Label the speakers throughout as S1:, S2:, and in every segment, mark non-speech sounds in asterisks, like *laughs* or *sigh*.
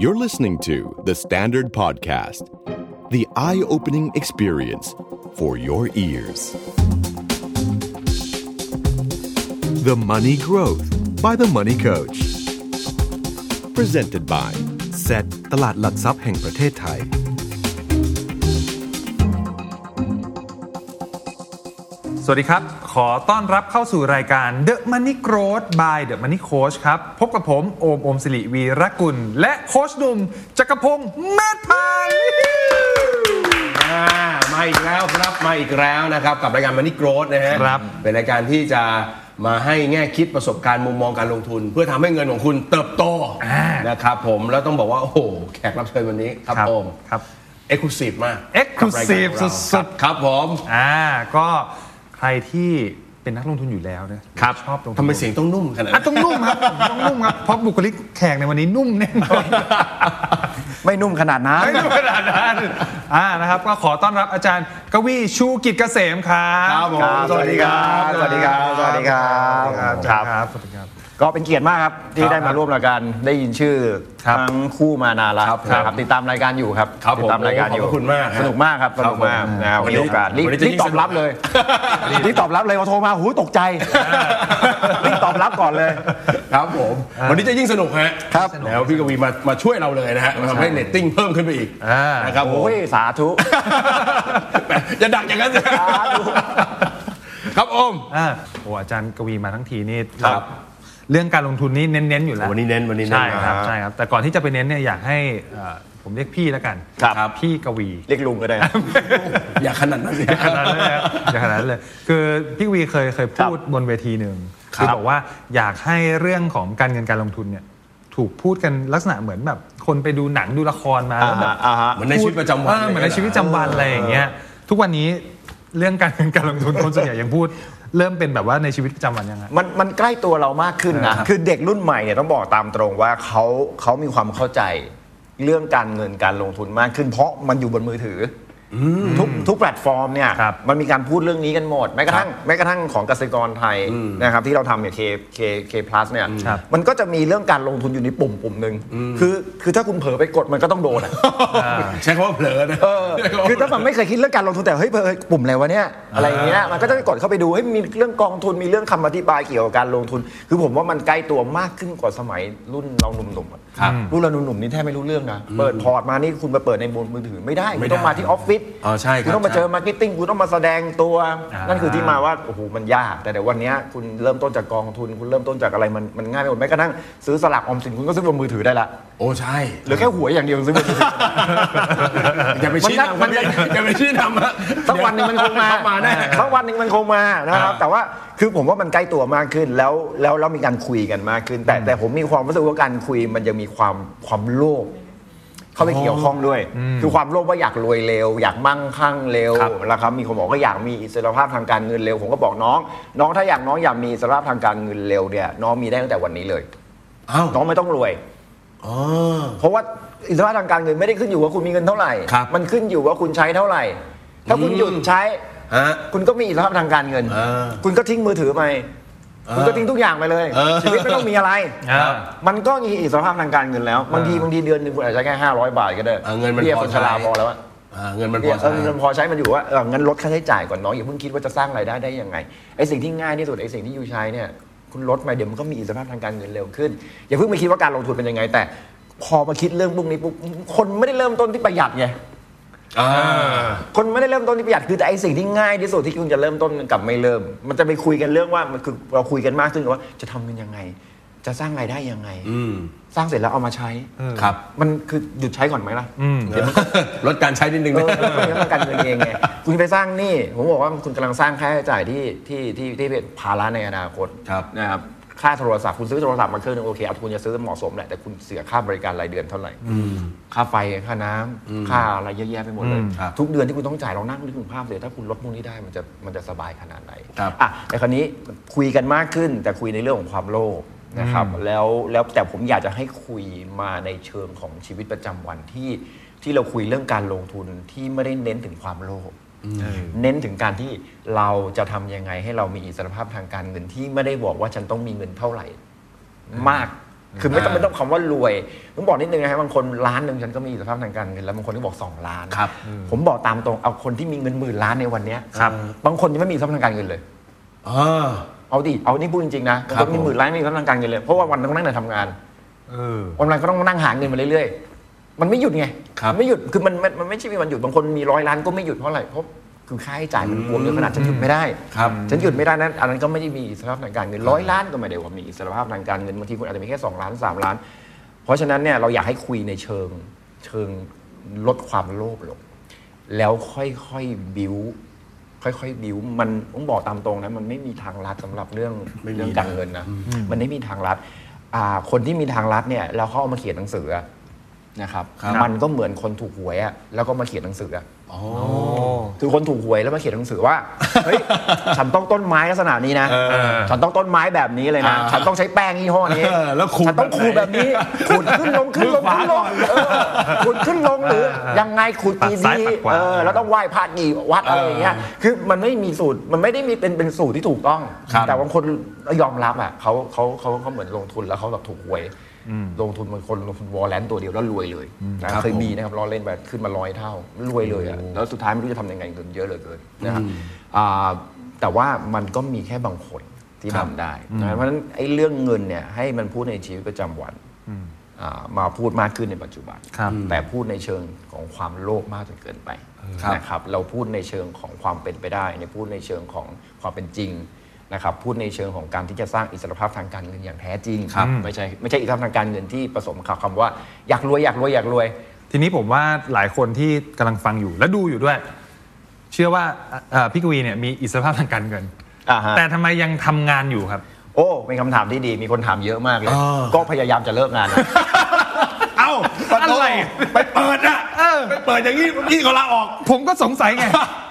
S1: You're listening to The Standard Podcast, the eye opening experience for your ears. The Money Growth by The Money Coach. Presented by
S2: เซตตลาดหลักทรัพย์แห่งประเทศไทย
S3: สวัสดีครับ ขอต้อนรับเข้าสู่รายการ The Money Growth by The Money Coach ครับ พบกับผม โอม โอมสิริวีรกุล และโคชหนุ่มจักรพงศ์เมธพันธ์
S4: อ่ามาอีกแล้วครับมาอีกแล้วนะครับกับรายการ Money Growth นะฮะ
S3: ครับ
S4: เป็นรายการที่จะมาให้แง่คิดประสบการณ์มุมมองการลงทุน เพื่อทำให้เงินของคุณเติบโต
S3: อ่าน
S4: นะครับผมแล้วต้องบอกว่า โอ้โห แขกรับเชิญวันนี้ครับโอม
S3: ครับ
S4: เอ็กซ์คลูซีฟมาก
S3: Exclusive
S4: กับรายการของเรา
S3: สุดๆ
S4: ครับผม
S3: อ่า ก็ใครที่เป็นนักลงทุนอยู่แล้วนะชอบลงทุน
S4: ทำไมเสียงต้องนุ่มขนาด
S3: อ่ะ
S4: นั้น
S3: ต้องนุ่มครับ ต้องนุ่มครับ เพราะบุคลิกแขกในวันนี้นุ่มแน่นอน
S5: ไม่นุ่มขนาดนั้น
S3: ไม่ธรรมดานะอ่านะครับ ก็ขอต้อนรับอาจารย์กวีชูกิจเกษมครับ
S4: ครับผม
S5: ครับสวัสดีครับสวัสดีครับสวัสดีครับ
S3: สวัสดีครับ สวัสดีครับ
S5: ก็เป็นเกียรติมากครับ ที่ได้มาร่วมรายการได้ยินชื่อ
S3: ครับ
S5: ทั้งคู่มานานแล้ว
S4: ครับ
S5: นะครับ ติดตามรายการอยู่ครับ
S4: ครับผม
S5: ติดตามรายการอยู่
S4: ขอบพระคุณมาก
S5: สนุกมากครับสนุกมา
S4: ค
S5: ก
S4: รับ
S5: นะ
S4: วั
S5: วันน
S4: นี้
S5: นี้โอกาสรีบ
S4: วันนี้จะ
S5: รีบตอบรับเลยรีบตอบรับเลยพอโทรมาหูตกใจรีบตอบรับก่อนเลย
S4: ครับผมวันนี้จะยิ่งสนุกฮะ
S5: ครับ
S4: แล้วพี่กวีมามาช่วยเราเลยนะฮะมาทำให้เรตติ้งเพิ่มขึ้นไปอีก
S3: อ่าน
S4: นะครับผม
S5: โอ้ยสาธุ
S4: จะดักอย่างนั้นสิครับโอม
S3: อ่าโอ้อาจารย์กวีมาทั้งทีนี่
S4: ครับ
S3: เราเรื่องการลงทุนนี่เน้นๆอยู่แล้ว
S4: วันนี้เน้นวันนี้เน้น
S3: ใช่ครับ
S4: อ่า
S3: ใช่ครับ แต่ก่อนที่จะไปเน้นเนี่ยอยากให้เอ่อผมเรียกพี่แล้วกัน
S5: ครับ
S3: พี่กวี
S5: เรียกลุงก็ได้นะ
S4: อย่าขนาดนั้นสิ
S3: ขนาดนั้นเลยครับอย่าขนาดนั้นเลยคือพี่กวีเคยเคยพูดบนเวทีหนึ่ง
S4: ครับ
S3: คือบอกว่าอยากให้เรื่องของการเงินการลงทุนเนี่ยถูกพูดกันลักษณะเหมือนแบบคนไปดูหนังดูละครมาแล้วแบบ
S5: อ่าฮะ
S4: เหมือนในชีวิตประจำวัน
S3: เออเหมือนในชีวิตประจำวันอะไรอย่างเงี้ยทุกวันนี้เรื่องการเงินการลงทุนคนส่วนใหญ่ยังพูด เริ่มเป็นแบบว่าในชีวิตประจำวันยังไง
S5: มันมันใกล้ตัวเรามากขึ้นนะ คือเด็กรุ่นใหม่เนี่ยต้องบอกตามตรงว่าเขาเขามีความเข้าใจเรื่องการเงินการลงทุนมากขึ้น เพราะมันอยู่บนมือถืออทุกทุกแพลตฟอร์มเนี่ย
S3: ครับ
S5: มันมีการพูดเรื่องนี้กันหมดแม้กระทั่งแม้กระทั่งของเกษตรกรไทยนะครับที่เราทำเนี่ย K K K plus เนี่ย
S3: ครับ
S5: มันก็จะมีเรื่องการลงทุนอยู่ในปุ่มปุ่มหนึ่งคือคือถ้าคุณเผลอไปกดมันก็ต้องโด *laughs* นอะ
S4: ใช้คำว่าเผลอนะ
S5: เออคือถ้ามันไม่เคยคิดเรื่องการลงทุนแต่เฮ้ยเฮ้ยปุ่มอะไรวะเนี่ยอะไรอย่างเงี้ยมันก็จะกดเข้าไปดูเฮ้ยมีเรื่องกองทุนมีเรื่องคำอธิบายเกี่ยวกับการลงทุน คือผมว่ามันใกล้ตัวมากขึ้นกว่าสมัยรุ่นเราหนุ่มๆอะ
S4: ครับ
S5: รุ่นเราหนุ่มๆนี่แทบไม่รู้เรื่องนะเปิดพอร์ตมานี่คุณไปเปิดในบนมือถือไม่ได้
S4: ไม่
S5: คุณ
S4: ได้
S5: ต้องมาที่ออฟฟิศ
S4: อ๋อใช่ครับ
S5: คุณต้องมาเจอมาร์เก็ตติ้งคุณต้องมาแสดงตัว
S3: อ่านั่
S5: นั่นคือที่มาว่าโอ้โหมันยาก แต่เดี๋ยววันเนี้ยคุณเริ่มต้นจากกองทุน คุณเริ่มต้นจากอะไรมันมันง่ายไปหมดแม้กระทั่งซื้อสลากออมสินคุณก็ซื้อบนมือถือได้ละ
S4: โอ้ใช่
S5: เหลือแค่หวยอย่างเดียวซื้อบนมือถือ
S4: อย่าไปชี้นำ
S5: มั
S4: มัน
S5: น
S4: อ
S5: จะ
S4: ย่าไปชี้นำอะ
S5: สักวันหนึ่งมันคงมา
S4: เข้มาแน่
S5: สักวันหนึ่งมันคงมานะครับ
S4: อ่า
S5: แต่ว่าคือผมว่ามันใกล้ตัวมากขึ้นแล้วแล้วแล้วมีการคุยกันมากขึ้น แต่แต่ผมมีความรู้สึกว่าการคุยมันยังมีความความโลภเข้าไปเกี่ยวข้องด้วย คือความโลภว่าอยากรวยเร็ว อยากมั่งคั่งเร็ว
S4: ครับ
S5: นะครับมีคนบอกก็อยากมีอิสรภาพทางการเงินเร็วผมก็บอกน้อง น้องถ้าอยากน้องอยากมีอิสรภาพทางการเงินเร็วเนี่ยน้องมีได้ตั้งแต่วันนี้เลย
S4: เอ้าว
S5: น้องไม่ต้องรวย
S4: อ๋อ
S5: เพราะว่าอิสระทางการเงินไม่ได้ขึ้นอยู่ว่าคุณมีเงินเท่าไหร่
S4: ครับ
S5: มันขึ้นอยู่ว่าคุณใช้เท่าไหร่ ถ้าคุณหยุดใช้
S4: ฮะ
S5: คุณก็มีอิสระทางการเงิน
S4: อ่า
S5: คุณก็ทิ้งมือถือไป คุณก็ทิ้งทุกอย่างไปเลย
S4: เออ
S5: ชีวิตไม่ต้องมีอะไร
S3: อ่า
S5: มันก็มีอิสรภาพทางการเงินแล้ว บางทีบางทีเดือนหนึงคุณอาจจะแค่500 บาทก็ได้
S4: เออเงินมัน
S5: บี้ย
S4: พอ
S5: คนชรา
S4: ใช้
S5: พอแล้วอะ
S4: อ่าเงินมันพ
S5: เบี้
S4: อย
S5: เอ
S4: ใช้
S5: อเงินพอใช้มันอยู่ว่าเออเงินลดค่าใช้จ่ายก่อนน้องอย่าเพิ่งคิดว่าจะสร้างรายได้ได้ยังไง ไอ้สิ่งที่ง่ายที่สุดไอ้สิ่งที่อยู่ใช้เนี่ย คุณลดมาเดี๋ยวมันก็มีอิสรภาพทางการเงินเร็วขึ้น อย่าเพิ่งไปคิดว่าการลงทุนเป็นยังไง แต่ พอมาคิดเรื่องพวกนี้ปุ๊บ คนไม่ได้เริ่มต้นที่ประหยัดไง
S4: อ่า
S5: คนไม่ได้เริ่มต้นที่ประหยัดคือแต่ไอสิ่งที่ง่ายที่สุดที่คุณจะเริ่มต้นกับไม่เริ่ม มันจะไปคุยกันเรื่องว่ามันคือเราคุยกันมากขึ้นว่าจะทำกันยังไง จะสร้างรายได้ยังไง
S4: อืม
S5: สร้างเสร็จแล้วเอามาใช้
S4: ครับ
S5: มันคือหยุดใช้ก่อนไหมล่ะ
S3: อืม
S4: เดี๋ยวมันก็ลดการใช้นิดนึง
S5: เอ
S4: นะ
S5: อมันเป็นเรื่องการเงินเองไงคุณไปสร้างหนี่ผมบอกว่าคุณกำลังสร้างค่าใช้จ่ายที่ที่ที่ที่เป็นภาระในอนาคต
S4: ครับ
S5: นะครับค่าโทรศัพท์คุณซื้อโทรศัพท์มาเครื่องนึงโอเคเอาคุณจะซื้อเหมาะสมแหละแต่คุณเสียค่าบริการรายเดือนเท่าไหร่ค่าไฟค่าน้ำค่าอะไรเยอะแยะไปหมดเลย
S3: อืม
S4: ครับ
S5: ทุกเดือนที่คุณต้องจ่ายเรานั่งนึกถึงภาพเลยถ้าคุณลดพวกนี้ได้มันจะมันจะสบายขนาดไหน
S4: ครับ
S5: อ่ะแต่คราวนี้คุยกันมากขึ้น แต่คุยในเรื่องของความโลภนะครับแล้วแล้วแต่ผมอยากจะให้คุยมาในเชิงของชีวิตประจำวันที่ที่เราคุยเรื่องการลงทุนที่ไม่ได้เน้นถึงความโลภเน้นถึงการที่เราจะทำยังไงให้เรามีอิสรภาพทางการเงินที่ไม่ได้บอกว่าฉันต้องมีเงินเท่าไหร่ มาก คือไม่ต้องไม่ต้องคำว่ารวยผมบอกนิดนึงนะฮะบางคนล้านหนึ่งฉันก็มีอิสรภาพทางการเงินแล้วบางคนก็บอกสองล้าน
S4: ครับ
S5: ผมบอกตามตรงเอาคนที่มีเงินหมื่นล้านในวันเนี้ย
S3: ครับ
S5: บางคนยังไม่มีอิสรภาพทางการเงินเลย
S4: เออ
S5: เอาดิเอานี่พูดจริงๆนะ
S4: ครั
S5: มั
S4: บ
S5: นก็มี
S4: ผม
S5: หมื่นล้านไม่มีกำลังการเงินเลย เพราะว่าวันต้องนั่งแต่ทำงาน
S3: เออ
S5: วันวันก็ต้องนั่งหาเงินมาเรื่อยๆ มันไม่หยุดไง
S4: ครับ
S5: มันไม่หยุดคือมันมันมันไม่ใช่มีวันหยุดบางคนมีร้อยล้านก็ไม่หยุดเพราะอะไรเพราะคือค่าใช้จ่ายมันบวมเยอะขนาดฉันหยุดไม่ได้
S4: ครับ
S5: ฉันหยุดไม่ได้นั้นอันนั้นก็ไม่ได้มีอิสรภาพทางการเงินร้อยล้านก็ไม่ได้ว่ามีอิสรภาพทางการเงินบางทีคุณอาจจะมีแค่สองล้านสามล้าน เพราะฉะนั้นเนี่ยเราอยากให้คุยในเชิงเชิงลดความโลภลง แล้วค่อยๆบิวค่อยๆบิวมันต้องบอกตามตรงนะมันไม่มีทางลัดสำหรับเรื่อง
S4: ไม่มี
S5: เรื่องการเงินนะมันไม่มีทางลัดอ่าคนที่มีทางลัดเนี่ยแล้วเขาเอามาเขียนหนังสืออะนะครับ
S4: ครับ
S5: มันก็เหมือนคนถูกหวยอะแล้วก็มาเขียนหนังสืออะ
S4: อ๋อ
S5: คือคนถูกหวยแล้วมาเขียนหนังสือว่าเฮ้ยฉันต้องต้นไม้ลักษณะนี้นะ
S4: เออ
S5: ฉันต้องต้นไม้แบบนี้เลยนะ
S4: อ่า
S5: ฉันต้องใช้แป้งยี่ห้อนี้
S4: เออแล้วขูด
S5: ฉันต้องขูดแบบ
S4: *laughs*
S5: นี้ขูดขึ้นลงขึ้นลงขึ้นลงเออขูดขึ้นลงหรือยังไงขูดกี่
S3: ปัดซ้าย
S5: ดี
S3: ปัดขวา
S5: เออแล้วต้อง ไหว้พระกี่วัดอะไรอย่างเงี้ย คือมันไม่มีสูตร มันไม่ได้มีเป็นเป็นสูตรที่ถูกต้อง
S4: ครับ
S5: แต่บางคนยอมรับอ่ะเขาเขาเขาเขาเหมือนลงทุนแล้วเขาแบบถูกหวย ลงทุนบางคนลงทุนวอลเลนตัวเดียวแล้วรวยเลยนะครับ เคย
S4: ผม
S5: มีนะครับล้อเล่นไปขึ้นมาร้อยเท่า รวยเลยอ่ะ แล้วสุดท้ายไม่รู้จะทำยังไงเงินเยอะเหลือเกินนะครับอ่าแต่ว่ามันก็มีแค่บางคนที่ทำได้นะเพราะฉะนั้นไอ้เรื่องเงินเนี่ยให้มันพูดในชีวิตประจำวันอ่ามาพูดมากขึ้นในปัจจุบัน
S3: ครับ
S5: แต่พูดในเชิงของความโลภมากจนเกินไป
S4: ครับ
S5: นะครับ เราพูดในเชิงของความเป็นไปได้ในพูดในเชิงของความเป็นจริงนะครับ พูดในเชิงของการที่จะสร้างอิสรภาพทางการเงินอย่างแท้จริง
S3: ครับ
S5: ไม่ใช่ไม่ใช่อิสรภาพทางการเงินที่ผสมกับคำว่าอยากรวยอยากรวยอยากรวย
S3: ทีนี้ผมว่าหลายคนที่กำลังฟังอยู่และดูอยู่ด้วย เชื่อว่าเอ่อพี่กวีเนี่ยมีอิสรภาพทางการเงิน
S5: อ่าฮะ
S3: แต่ทำไมยังทำงานอยู่ครับ
S5: โอ้เป็นคำถามที่ดีมีคนถามเยอะมากเลย
S4: เออ
S5: ก็พยายามจะเลิกงานนะ
S4: *laughs* เอ้าปโถ
S3: อะไร
S4: ไปเปิดอะไปเปิดอย่างนี้นี่ก็ลาออก
S3: ผมก็สงสัยไง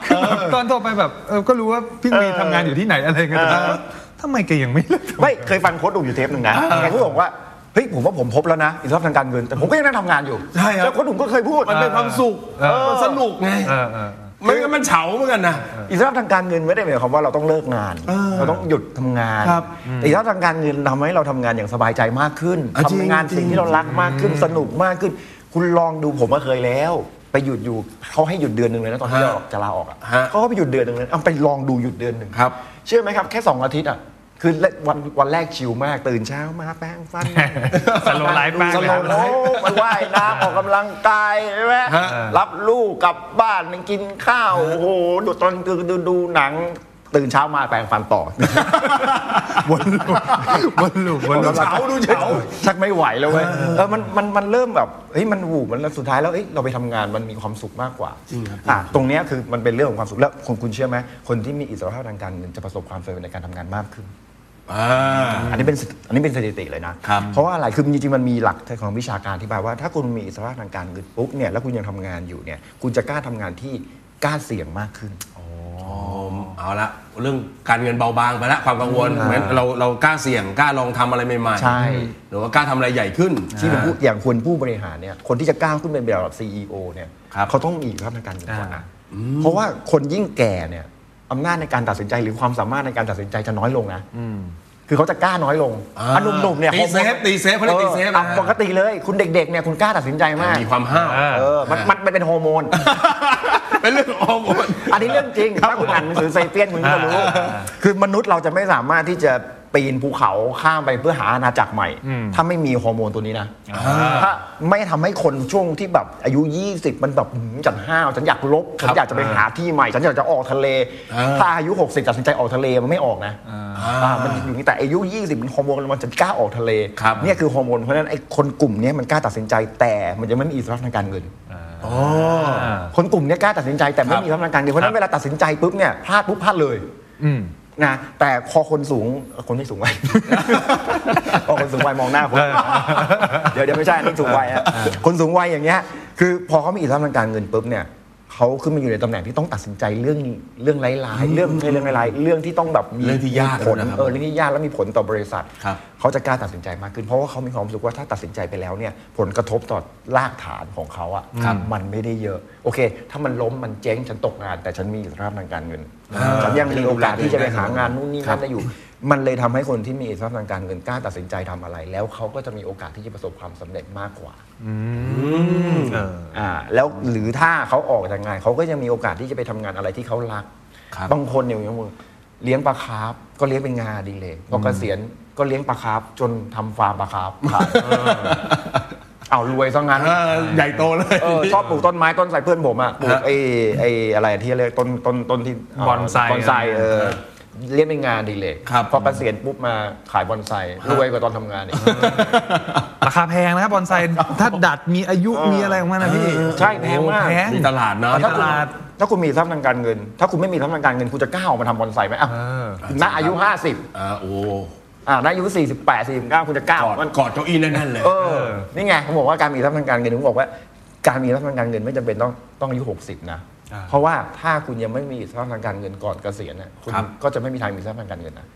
S3: *laughs* คือแบบตอนโทรไปแบบเออก็รู้ว่าพี่กวีทำงานอยู่ที่ไหนอะไรเงี้ยแต่ว่าทำไมแกยังไม่เลิก
S5: ไม่เคยฟังโค้ดดุมอยู่เทปหนึ่งนะแกก็บอกว่าเฮ้ยผมว่าผมพบแล้วนะอิสรภาพทางการเงิน แต่ผมก็ยังนั่งทำงานอยู่
S4: ใช่ครับ
S5: แล้วโค้ดดุมก็เคยพูด
S4: มันเป็นความสุข
S3: เออ
S4: มันสนุกไง
S3: เออเออ
S4: ไม่งั้นมันเฉาเหมือนกันนะ
S5: อิสรภาพทางการเงินไม่ได้หมายความว่าเราต้องเลิกงาน
S4: เออ
S5: เราต้องหยุดทำงาน
S4: ครับ
S5: แต่อิสรภาพทางการเงินทำให้เราทำงานอย่างสบายใจมากขึ้น
S4: อ่ะจริ
S5: ทำ
S4: ง
S5: งาน
S4: จริง
S5: สิ่งที่เรารักมากขึ้นสนุกมากขึ้น คุณลองดูผมมาเคยแล้ว ไปหยุดอยู่เขาให้หยุดเดือนหนึ่งเลยนะตอนที่เราจะลาออกอ่ะ
S4: ฮะ
S5: เขาก็ไปหยุดเดือนหนึ่งเลยเอาไปลองดูหยุดเดือนหนึ่ง
S4: ครับ
S5: เชื่อไหมครับแค่สองอาทิตย์อ่ะคือวันวันแรกชิลมากตื่นเช้ามาแป้งฟัน
S3: ส
S5: *laughs*
S3: โลว์ไลฟ์มาก
S5: ส
S3: เลยครับ
S5: โลว์โอ้มันว่ายน้ *laughs* ำออกกำลังกายใช่ไหม
S4: ฮะ
S5: รับลูกกลับบ้านมันกินข้าว โอ้โหดูตอนดูดูดูหนัง ตื่นเช้ามาแปรงฟัน *laughs* ต่อ
S3: วนลูปวนลูปวนลูป
S4: เฉาดูเฉา
S5: ชักไม่ไหวแล้วเว้ยเออมันมันมันเริ่มแบบเฮ้ยมันหูมันแล้วสุดท้ายแล้วเอ้ยเราไปทำงานมันมีความสุขมากกว่าจริงครับอ่ะตรงเนี้ยคือมันเป็นเรื่องของความสุขแล้วคุณคุณเชื่อไหมคนที่มีอิสรภาพทางการเงินจะประสบความสำเร็จในการทำงานมากขึ้น
S4: อ่า
S5: อันนี้เป็นสถิอันนี้เป็นสถิติเลยนะ
S4: ครับ
S5: เพราะว่าอะไร คือจริงๆ มันมีหลักของวิชาการที่แปลว่าถ้าคุณมีอิสระทางการเงินปุ๊บเนี่ย แล้วคุณยังทำงานอยู่เนี่ย คุณจะกล้าทำงานที่กล้าเสี่ยงมากขึ้น
S4: ผมเอาละเรื่องการเงินเบาบางไปละความกังวลเหมือนเราเรากล้าเสี่ยงกล้าลองทำอะไรใหม่ๆ
S5: ใช่
S4: หรือว่ากล้าทำอะไรใหญ่ขึ้น
S5: ที่ผมพูดอย่างคนผู้บริหารเนี่ย คนที่จะกล้าขึ้นเป็นระดับ CEO เนี่ย
S4: ครับ
S5: เขาต้องมีอิสระทางการเงินก่อน
S3: อ่า
S5: นะเพราะว่าคนยิ่งแก่เนี่ยอำนาจในการตัดสินใจหรือความสามารถในการตัดสินใจจะน้อยลงนะคือเขาจะกล้าน้อยลง
S4: อ่า
S5: อันหนุ่มๆเนี่ย
S4: ตีเซฟตีเซฟเขาเรียกตีเซฟนะ
S5: อออ่ะปกติเลยคุณเด็กๆเนี่ยคุณกล้าตัดสินใจมาก
S4: มีความห้าว
S3: อ่า
S5: เออมันมันเป็นฮอร์โมน
S4: เป็นเรื่องฮอร์โมน
S5: อันนี้เรื่องจริง ถ้าคุณอ่านหนังสือไซเปียนคุณก็รู้ คือมนุษย์เราจะไม่สามารถที่จะปีนภูเขาข้ามไปเพื่อหาอาณาจักรใหม่ ถ้าไม่มีฮอร์โมนตัวนี้นะ ถ้าไม่ทำให้คนช่วงที่แบบอายุ 20 มันแบบหืมฉันห้าวฉันอยากลบฉันอยากจะไปหาที่ใหม่ ฉันอยากจะออกทะเล
S4: อ่า
S5: ถ้าอายุ 60ตัดสินใจออกทะเลมันไม่ออกนะอ่ามันอยู่นี่แต่อายุ 20มันฮอร์โมนมันจะกล้าออกทะเล
S4: ครับ
S5: เนี่ยคือฮอร์โมนเพราะฉะนั้นไอ้คนกลุ่มเนี้ยมันกล้าตัดสินใจแต่มันจะไม่มีอิสระทางการเงิน
S4: อ๋อ
S5: คนกลุ่มเนี้ยกล้าตัดสินใจแต่
S4: ค
S5: ไม่
S4: รับ
S5: มีความต้องการเดียวเพราะฉะนั้นเวลาตัดสินใจปุ๊บเนี่ยพลาดปุ๊บพลาดเลยนะแต่พอคนสูงคนที่สูง *laughs* วัย พอคนสูงวัยมองหน้าผมเดี๋ยวเดี๋ยวไม่ใช่อันนี่สูงวัยฮะคนสูงวัยอย่างเงี้ยคือพอเขามีอิสรภาพทางการเงินปุ๊บเนี่ยเขาขึ้นมาอยู่ในตำแหน่งที่ต้องตัดสินใจเรื่องเรื่องร้ายๆเรื่องไม่ใช่เรื่องร้ายๆเรื่องที่ต้องแบบมี
S4: เรื่องที่ยาก
S5: ผล
S4: นะครับ
S5: เออเรื่องที่ยากแล้วมีผลต่อบริษัท
S4: ครับ
S5: เขาจะกล้าตัดสินใจมากขึ้น เพราะว่าเขามีความรู้สึกว่าถ้าตัดสินใจไปแล้วเนี่ยผลกระทบต่อรากฐานของเขาอะ่ะมันไม่ได้เยอะ โอเค ถ้ามันล้มมันเจ๊งฉันตกงาน แต่ฉันมีอิสรภาพทางการเงินฉันยังมีโอกาสที่จะไปหางานนู่นนี่นั่นได้อยู่ มันเลยทำให้คนที่มีอิสรภาพทางการเงินกล้าตัดสินใจทำอะไร แล้วเขาก็จะมีโอกาสที่จะประสบความสำเร็จมากกว่า อ่าแล้วหรือถ้าเขาออกจากงานเขาก็ยังมีโอกาสที่จะไปทำงานอะไรที่เขารัก
S4: ครับ
S5: งคนเนี่ยอย่างเลี้ยงปลาคาร์ฟก็เลี้ยงเป็นงานอดีเลยพอเกษียณก็เลี้ยงปลาคาร์ฟจนทำฟาร์มปลาคาร์ฟขาย *laughs* เอารวยซะงั้น
S4: เออใหญ่โตเลย
S5: เออชอบปลูกต้นไม้ต้นไทรเพื่อนผมอ่ะปลูกไอ้ไอ้อะไรที่เรียกต้นต้นต้นที่เา
S3: บอนไซ
S5: บอนไซเออเลี้ยงเป็นงานอดีเลย
S4: ครับ
S5: พอเกษียณปุ๊บมาขายบอนไซรวยกว่าตอนทำงานอีก
S3: ราคาแพงนะครับบอนไซถ้าดัดมีอายุมีอะไรของมันนะพี่
S5: ใช่แพงมาก
S3: โอ้แพง
S4: มีตลาดเนอะ
S5: ถ้าคุณ
S3: ตลาด
S5: ถ้าคุณมีทรัพย์ทางการเงิน ถ้าคุณไม่มีทรัพย์ทางการเงิน คุณจะกล้าออกมาทำบอนไซไหมอ่ะ
S3: อ
S5: ณอายุ
S4: อ่าโอ้
S5: 50อ่าณอายุ 48 49 คุณจะกล้าก อ
S4: อ
S5: อ
S4: ด
S5: กมัน
S4: กอดเก้าอี้แน่นๆเลย
S5: เออ นี่ไงผมบอกว่าการมีทรัพย์ทางการเงินผมบอกว่า การมีทรัพย์ทางการเงินไม่จำเป็นต้องต้องอายุ 60 นะ เพราะว่าถ้าคุณยังไม่มีทรัพย์ทางการเงินก่อนเกษียณน่ะคุณ
S4: ครับ
S5: ก็จะไม่มีทางมีทรัพย์ทางการเงินนะ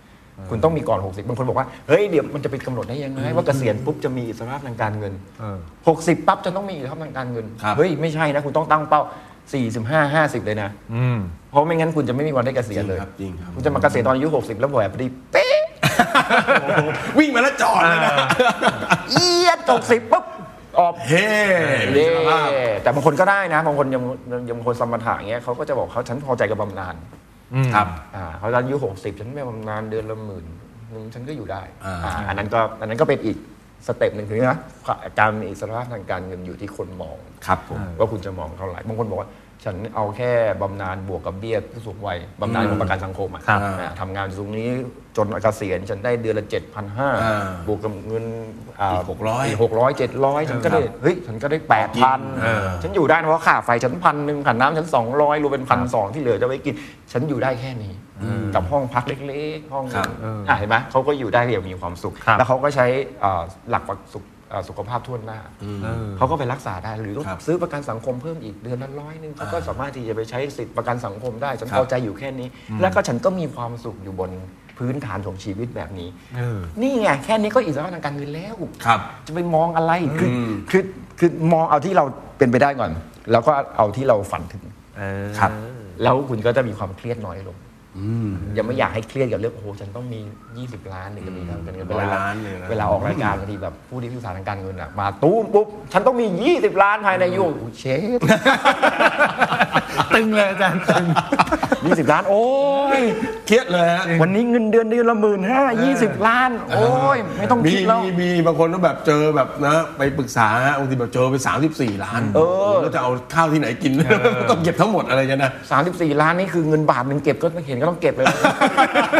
S5: คุณต้องมีก่อน 60บางคนบอกว่าเฮ้ยเดี๋ยวมันจะไปกำหนดได้ยังไงว่าเกษียณปุ๊บจะมีอิสรภาพทางการเงิน
S3: เออ
S5: หกสิบปั๊บจะต้องมีอิสรภาพทางการเงิน
S4: ครับ
S5: เฮ้ย ไม่ใช่นะ คุณต้องตั้งเป้าสี่สิบห้าห้าสิบเลยนะ
S3: อืม
S5: เพราะไม่งั้นคุณจะไม่มีวันได้เกษียณเลย
S4: ครับจริงครับ
S5: คุณจะมาเกษียณตอนอายุหกสิบแล้วบ่อยพอดีเป๊ะ
S4: วิ่งมาแล้วจอดเลยนะ
S5: เอียดหกสิบ *laughs* ปุ๊บ ออก
S4: เฮ้มี
S5: เย่
S4: สภาพ
S5: แต่บางคนก็ได้นะ บางคนยังยังคนสมรรถะอย่างเงี้ยเขาก็จะบอกเขาฉันพอใจกับบำนาญ
S4: ครับ
S5: อ่าเขาตอนอายุหกสิบฉันไม่บำนาญเดือนละหมื่นหนึ่งฉันก็อยู่ได้
S4: อ่า
S5: อ่าอันนั้นก็อันนั้นก็เป็นอีกสเต็ปหนึ่งคือนะการมีอิสรภาพทางการเงินอยู่ที่คนมอง
S4: ครับผม
S5: ว่าคุณจะมองเท่าไหร่บางคนบอกว่า ฉันเอาแค่บำนาญบวกกับเบี้ยผู้สูงวัยบำนาญของประกันสังคมอะ
S3: ครับ
S5: อ่าทำงานตรงนี้จนเกษียณฉันได้เดือนละ
S4: อ่า
S5: 7,500 บวกกับเงินาก
S4: 600
S5: หกร้อยเจ็ดร้อยฉันก็ได้เฮ้ยฉันก็ได้แปดพัน
S4: เออ
S5: ฉันอยู่ได้นะเพราะค่าไฟฉันพันหนึ่งค่าน้ำฉันสองร้อยรวมเป็นพันสองที่เหลือจะไว้กิน ฉันอยู่ได้แค่นี้ กับห้องพักเล็กๆ ห้องหนึ่งอ่ะเห็นไหมเขาก็อยู่ได้อย่างมีความสุข
S3: ครับ
S5: แล้วเขาก็ใช้อ่าหลักประกันสุขอ่าสุขภาพทั่วหน้า เขาก็ไปรักษาได้หรือต้อง
S4: ครับ
S5: ซื้อประกันสังคมเพิ่มอีกเดือนละร้อยหนึงเขาก็สามารถที่จะไปใช้สิทธิประกันสังคมได้ฉัน
S4: ครับ
S5: พอใจอยู่แค่นี้ แล้วก็ฉันก็มีความสุขอยู่บนพื้นฐานของชีวิตแบบนี้
S3: เออ
S5: นี่ไงแค่นี้ก็อิสระทางการเงินแล้ว
S4: ครับ
S5: จะไปมองอะไรคือคือคือมองเอาที่เราเป็นไปได้ก่อน แล้วก็เอาที่เราฝันถึง
S3: เออ
S5: ครับแล้วคุณก็จะมีความเครียดน้อยลงยังไม่อยากให้เครียดกับเรื่องโอ้โหฉันต้องมี 20 ล้านหรือจะมีเงินเงินเว
S4: ร้อย
S5: ลา
S4: ล้านเลยนะ
S5: เวลาออกรายการบางทีแบบผู้ที่พิสารทางการเงินอะมาตู้มปุ๊บ ฉันต้องมี 20 ล้านภายในอายุโอ้โหเชฟ
S3: ตึงเลยอาจารย์ตึง
S5: 20 ล้าน โอ้ย
S4: เครียดเลยฮะ
S5: วันนี้เงินเดือนเดือนละหมื่นห้ายี่สิบล้าน โอ้ยไม่ต้อง
S4: มี
S5: คิดแล้ว
S4: มีมีบางคนก็แบบเจอแบบนะไปปรึกษาฮะบางทีแบบเจอไป 34 ล้านเอ
S5: อ
S4: แล้วจะเอาข้าวที่ไหนกิน ต้องเก็บทั้งหมดอะไรเงี้ยนะ
S5: 34 ล้านนี่คือเงินบาทหนึ่งเก็บก็ไม่เห็นก็ต้องเก็บเลย
S4: *laughs*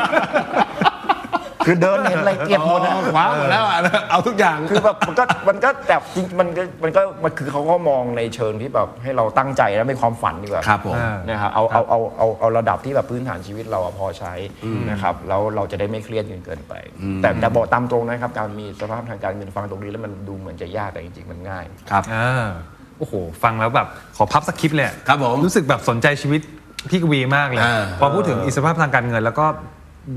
S5: คือเดินเห็นอะไรเก็บหมดอะ
S4: คว้าหมดแล้วอ่ะนะเอาทุกอย่าง
S5: คือแบบ *laughs* มันก็มันก็แบบจริงมันก็มันก็มันคือเขาก็มองในเชิงที่แบบให้เราตั้งใจแล้วเป็นความฝันดีกว่า
S4: ครับผม
S5: นะครับเอาเอาเอาเอาเอาระดับที่แบบพื้นฐานชีวิตเราอะพอใช้นะครับแล้วเราจะได้ไม่เครียดจนเกินไป แต่แต่บอกตามตรงนะครับการมีสภาพทางการเงินฟังตรงนี้แล้วมันดูเหมือนจะยากแต่จริงๆมันง่าย
S4: ครับ
S3: อ่าโอ้โห ฟังแล้วแบบ ขอพับสคริปต์เลยอะ
S4: ครับผม
S3: รู้สึกแบบสนใจชีวิตพี่กวีมากเลย
S4: อ่า
S3: พอพูดถึงอิสรภาพทางการเงิน แล้วก็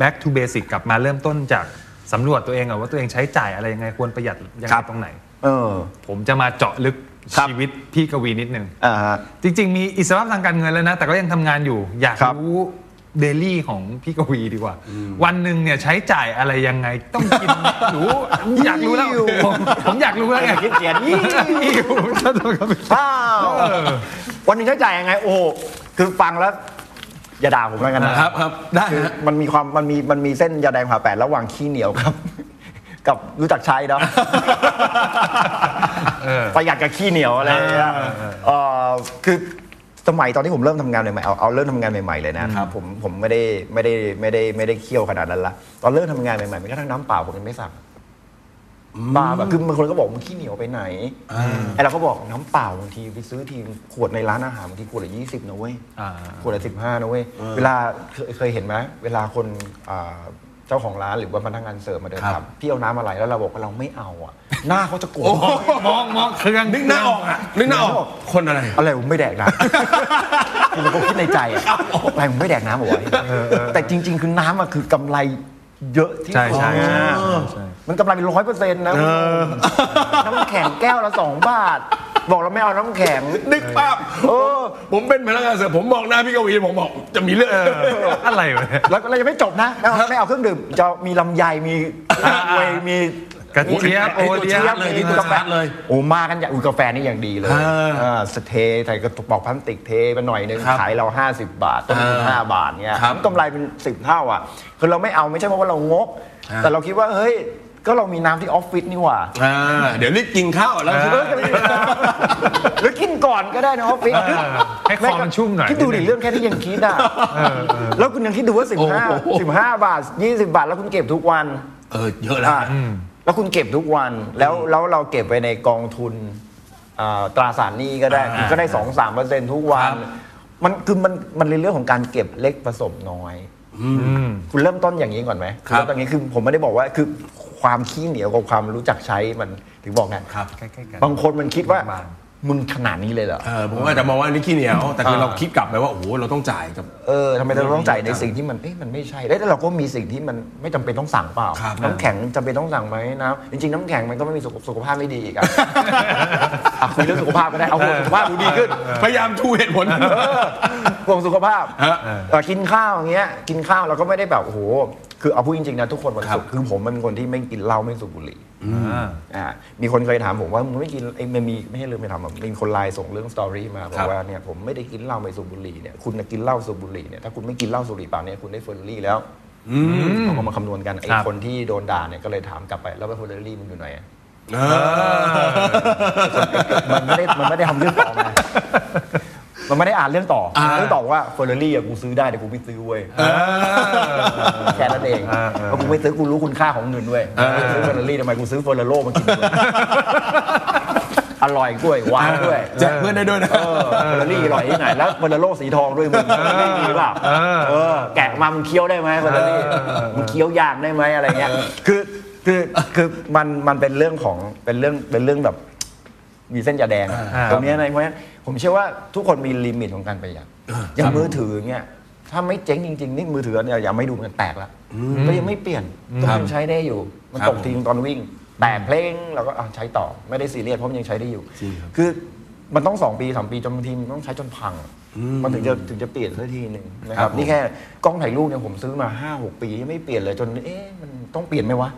S3: back to basic กลับมาเริ่มต้นจากสำรวจตัวเองอะว่าตัวเองใช้จ่ายอะไรยังไงควรประหยัดยัง
S4: ค
S3: ไง
S4: รับ
S3: ตรงไหน
S5: เออ
S3: ผมจะมาเจาะลึก
S5: ครับ
S3: ชีวิตพี่กวีนิดนึง
S5: อ่าฮะ
S3: จริง ๆ มีอิสรภาพทางการเงินแล้วนะ แต่ก็ยังทำงานอยู่ อยาก
S5: ครับ
S3: รู้เดลี่ของพี่กวีดีกว่า วันหนึ่งเนี่ยใช้จ่ายอะไรยังไงต้องกิน ห
S5: *laughs*
S3: นูอยากรู้แล้ว
S5: หิว
S3: ผมผมอยากรู้แล้วไง
S5: คิดเขียนหิว
S3: หิวขอโทษครับ
S5: ว้าววันนี้ใช้จ่ายยังไง โอ้โหคือฟังแล้วอย่าด่าผมแล้วกันนะ
S4: ครับครับได้
S5: คือ
S4: ฮะ
S5: มันมีความมันมีมันมีเส้นยาแดงผ่าแปดระหว่างขี้เหนียวครับ *laughs* กับรู้จักใช้เนาะ
S3: เออ
S5: ประหยัดกับขี้เหนียวอะไรอย่างเงี้ยเอ่อคือสมัยตอนที่ผมเริ่มทำงานใหม่ๆเอาเอาเริ่มทำงานใหม่ๆเลยนะผมผมไม่ได้ไม่ได้ไม่ได้ไม่ได้เคี่ยวขนาดนั้นละตอนเริ่มทำงานใหม่ๆแม้กระทั่งน้ำเปล่าผมยังไม่สั่งบาร์แบบคือบางคนก็บอกมึงขี้เหนียวไปไหนไอ้เราก็บอกน้ำเปล่าบางทีไปซื้อทีขวดในร้านอาหารบางทีขวดละยี่สิบนะเว้ย
S3: อ่า
S5: ขวดละสิบห้านะเว้ย เวลาเคยเคยเห็นไหมเวลาคนอ่าเจ้าของร้านหรือว่าพนักงานเสิร์ฟมาเดิน
S4: ครั
S5: ถา
S4: บ
S5: มพี่เอาน้ำอะไรแล้วเราบอกว่าเราไม่เอา *laughs* อ่ะ หน้าเขาจะโกรธ
S3: มองมองเครื่อง
S4: นึกหน้าออกอ่ะนึกหน้าออก คนอะไร
S5: อะไรผมไม่แดกน้ำคือมันก็คิดในใจอะอะไรผมไม่แดกน้ำเหรอวะแต่จริง ๆ คือน้ำอะคือกำไร เยอะที่
S3: ใช่
S5: สุด
S3: ใช่ใช่
S5: นะ
S3: ใช่ใช่
S5: มันกำไรเป็นร้อยเปอร์เซ็นต์นะน้ำแข็งแก้วละสองบาท บอกเราไม่เอาน้ำแข็ง
S4: นึกภาพผมเป็นพนักงานเสิร์ฟผมมองหน้าพี่กวีผมบอกจะมีเรื่อง
S3: อะไรวะเนี่ย
S5: แล้วเรายังไม่จบนะไม่เอาไม่เอาเครื่องดื่มจะมีลำไยมี
S3: อ่า
S5: เวยมี
S3: กระเจี๊ยบ
S4: โอ้
S3: โอย เลี้ยง
S4: กระจี๊บ เลยที่ตัวชาร์จเลย
S5: โอ้มากันอย่างอุ้ยกาแฟนี่อย่างดีเลย
S4: อ่า
S5: อ่าสเทใส่กระปอกพลาสติกเทมาหน่อยนึง
S4: ครับ
S5: ขายเรา 50 บาทต้นทุน
S4: อ่า
S5: 5บาทเนี่ย
S4: ครับ
S5: กำไรเป็น10เท่าอ่ะคือเราไม่เอาไม่ใช่เพราะว่าเรางก
S4: อ่า
S5: แต่เราคิดว่าเฮ้ยก็เรามีน้ำที่ออฟฟิศนี่หว่า
S4: อ่าเดี๋ยวรีบกินข้าวแล้ว
S5: เออ *laughs* ก็เลยหรือกินก่อนก็ได้นะออฟฟิศ
S3: เออให้คอมันชุ่มหน่อย
S5: คิดดู
S3: นิดนึง
S5: ดิเรื่องแค่ที่ยังคิดอ่ะแล้วคุณยังคิดดูว่า
S4: โอ้โห
S5: 15 15 บาท 20 บาท แล้วคุณเก็บทุกวัน
S4: เออเยอะแล้ว
S5: อ่ะแล้วคุณเก็บทุกวันแล้วแล้วเราเก็บไปในกองทุนอ่าตราสารหนี้ก็ได้
S4: อ่า
S5: คุณก็ได้ 2 3เปอร์เซ็นทุกวัน
S4: ครับ
S5: มันคือมันมันเป็นเรื่องของการเก็บเล็กผสมน้อย
S3: อืม
S5: คุณเริ่มต้นอย่างนี้ก่อนไหม
S4: ครับ
S5: เริ่มต้นอย่างนี้คือผมไม่ได้บอกว่าคือความขี้เหนียวกับความรู้จักใช้มันถึงบอกไง
S4: ครับ
S3: ใกล้ๆกัน
S5: บางคนมันคิดว่า
S3: บาง
S5: มึงขนาดนี้เลยเหรอ
S4: เออผมอาจจะมองว่านี่ขี้เหนียว แต่คือ
S5: เออ
S4: เราคิดกลับไปว่าโอ้โหเราต้องจ่ายกับ
S5: เออทำไมเราต้องจ่ายในสิ่งที่มันเอ๊ะมันไม่ใช่แล้วแล้วเราก็มีสิ่งที่มันไม่จำเป็นต้องสั่งเปล่า
S4: ครับ
S5: น้ำแข็งจำเป็นต้องสั่งไหมนะจริงๆ น้ำแข็งมันก็ไม่มีสุขสุขภาพไม่ดีอีกอะ อ่ะคุยเรื่องสุขภาพก็ได้เอาห่วงสุขภาพดูดีขึ้น
S4: พยายามทูเหตุผล
S5: เออห่วงสุขภาพ
S4: ฮะ
S5: เออกินข้าวอย่างเงี้ยกินข้าวเราก็ไม่ได้แบบโอ้โหคือเอาพูดจริงๆนะทุกคนวันศุก
S4: ครั
S5: ร์
S4: บ
S5: คือผมมันเป็นคนที่ไม่กินเหล้าไม่สูบบุหรี่
S3: อ่า
S5: อ่ามีคนเคยถามผมว่ามึงไม่กินไอ้มันมีไม่ให้ลืมไปถามอะมีคนไลน์ส่งเรื่องสตอรี่มาบอ
S4: ครั
S5: ก
S4: บ
S5: ว่าเนี่ยผมไม่ได้กินเหล้าไม่สูบบุหรี่เนี่ยคุณน่ะกินเหล้าสูบบุหรี่เนี่ยถ้าคุณไม่กินเหล้าสูบบุหรี่เปล่าเนี่ยคุณได้เฟอร์รารี่แล้วเขาก็มาคำนวณกันไอ้
S3: ครับ
S5: คนที่โดนด่าเนี่ยก็เลยถามกลับไปแล้วเฟอร์รารี่มันอยู่ไหนอะ
S4: เออ
S5: มันไม่ได้มันไม่ได้ทำเรื่องต่อมามันไม่ได้อ่านเรื่องต่อ
S4: อ่า
S5: เรื่องต่อว่าเฟอร์รารี่อะกูซื้อได้แต่กูไม่ซื้อเว้ยแค่นั้นเองเพราะกูไม่ซื้อกูรู้คุณค่าของเงินเว้ยกูซื้อเฟอร์รารี่ทำไมกูซื้อเฟอร์ราโร่มากินด้วย อร่อยด้วยหวานด้วย
S4: แจกเพื่อนได้ด้วยนะ
S5: เออเฟอร์รารี่อร่อยที่ไหนแล้วเฟอร์ราโร่สีทองด้วยมึงไม่ดีหรือเปล่าเออ แกะมามึงเคี้ยวได้ไหมเฟอร์รารี่มึงเคี้ยวยากได้ไหมอะไรเงี้ยคือคือคือมันมันเป็นเรื่องของเป็นเรื่องเป็นเรื่องแบบมีเส้นยาแดงอะ
S3: อ่า
S5: ตรงเนี้ยนะเพราะฉะนั้นผมเชื่อว่าทุกคนมีลิมิตของการประหยัดอย่างมือถือเนี่ยถ้าไม่เจ๊งจริง ๆ นี่มือถือเนี่ยอย่าไม่ดูมันแตกละก็ยังไม่เปลี่ยนก็ยังใช้ได้อยู่ มัน
S4: ครับ
S5: ตกทีงตอนวิ่ง แต่เพลงเราก็อ่ะใช้ต่อไม่ได้ซีเรียสเพราะมันยังใช้ได้อยู่
S4: จริงครับ
S5: คือมันต้องสองปีสามปีจนบางทีมันต้องใช้จนพัง มันถึงจะถึงจะเปลี่ยนสักทีหนึ่งนะค
S4: ครั
S5: รับบ
S4: ผม
S5: นี่แค่กล้องถ่ายรูปเนี่ยผมซื้อมาห้าหกปียังไม่เปลี่ยนเลยจนเอ๊ะมันต้องเปลี่ยนไหมวะ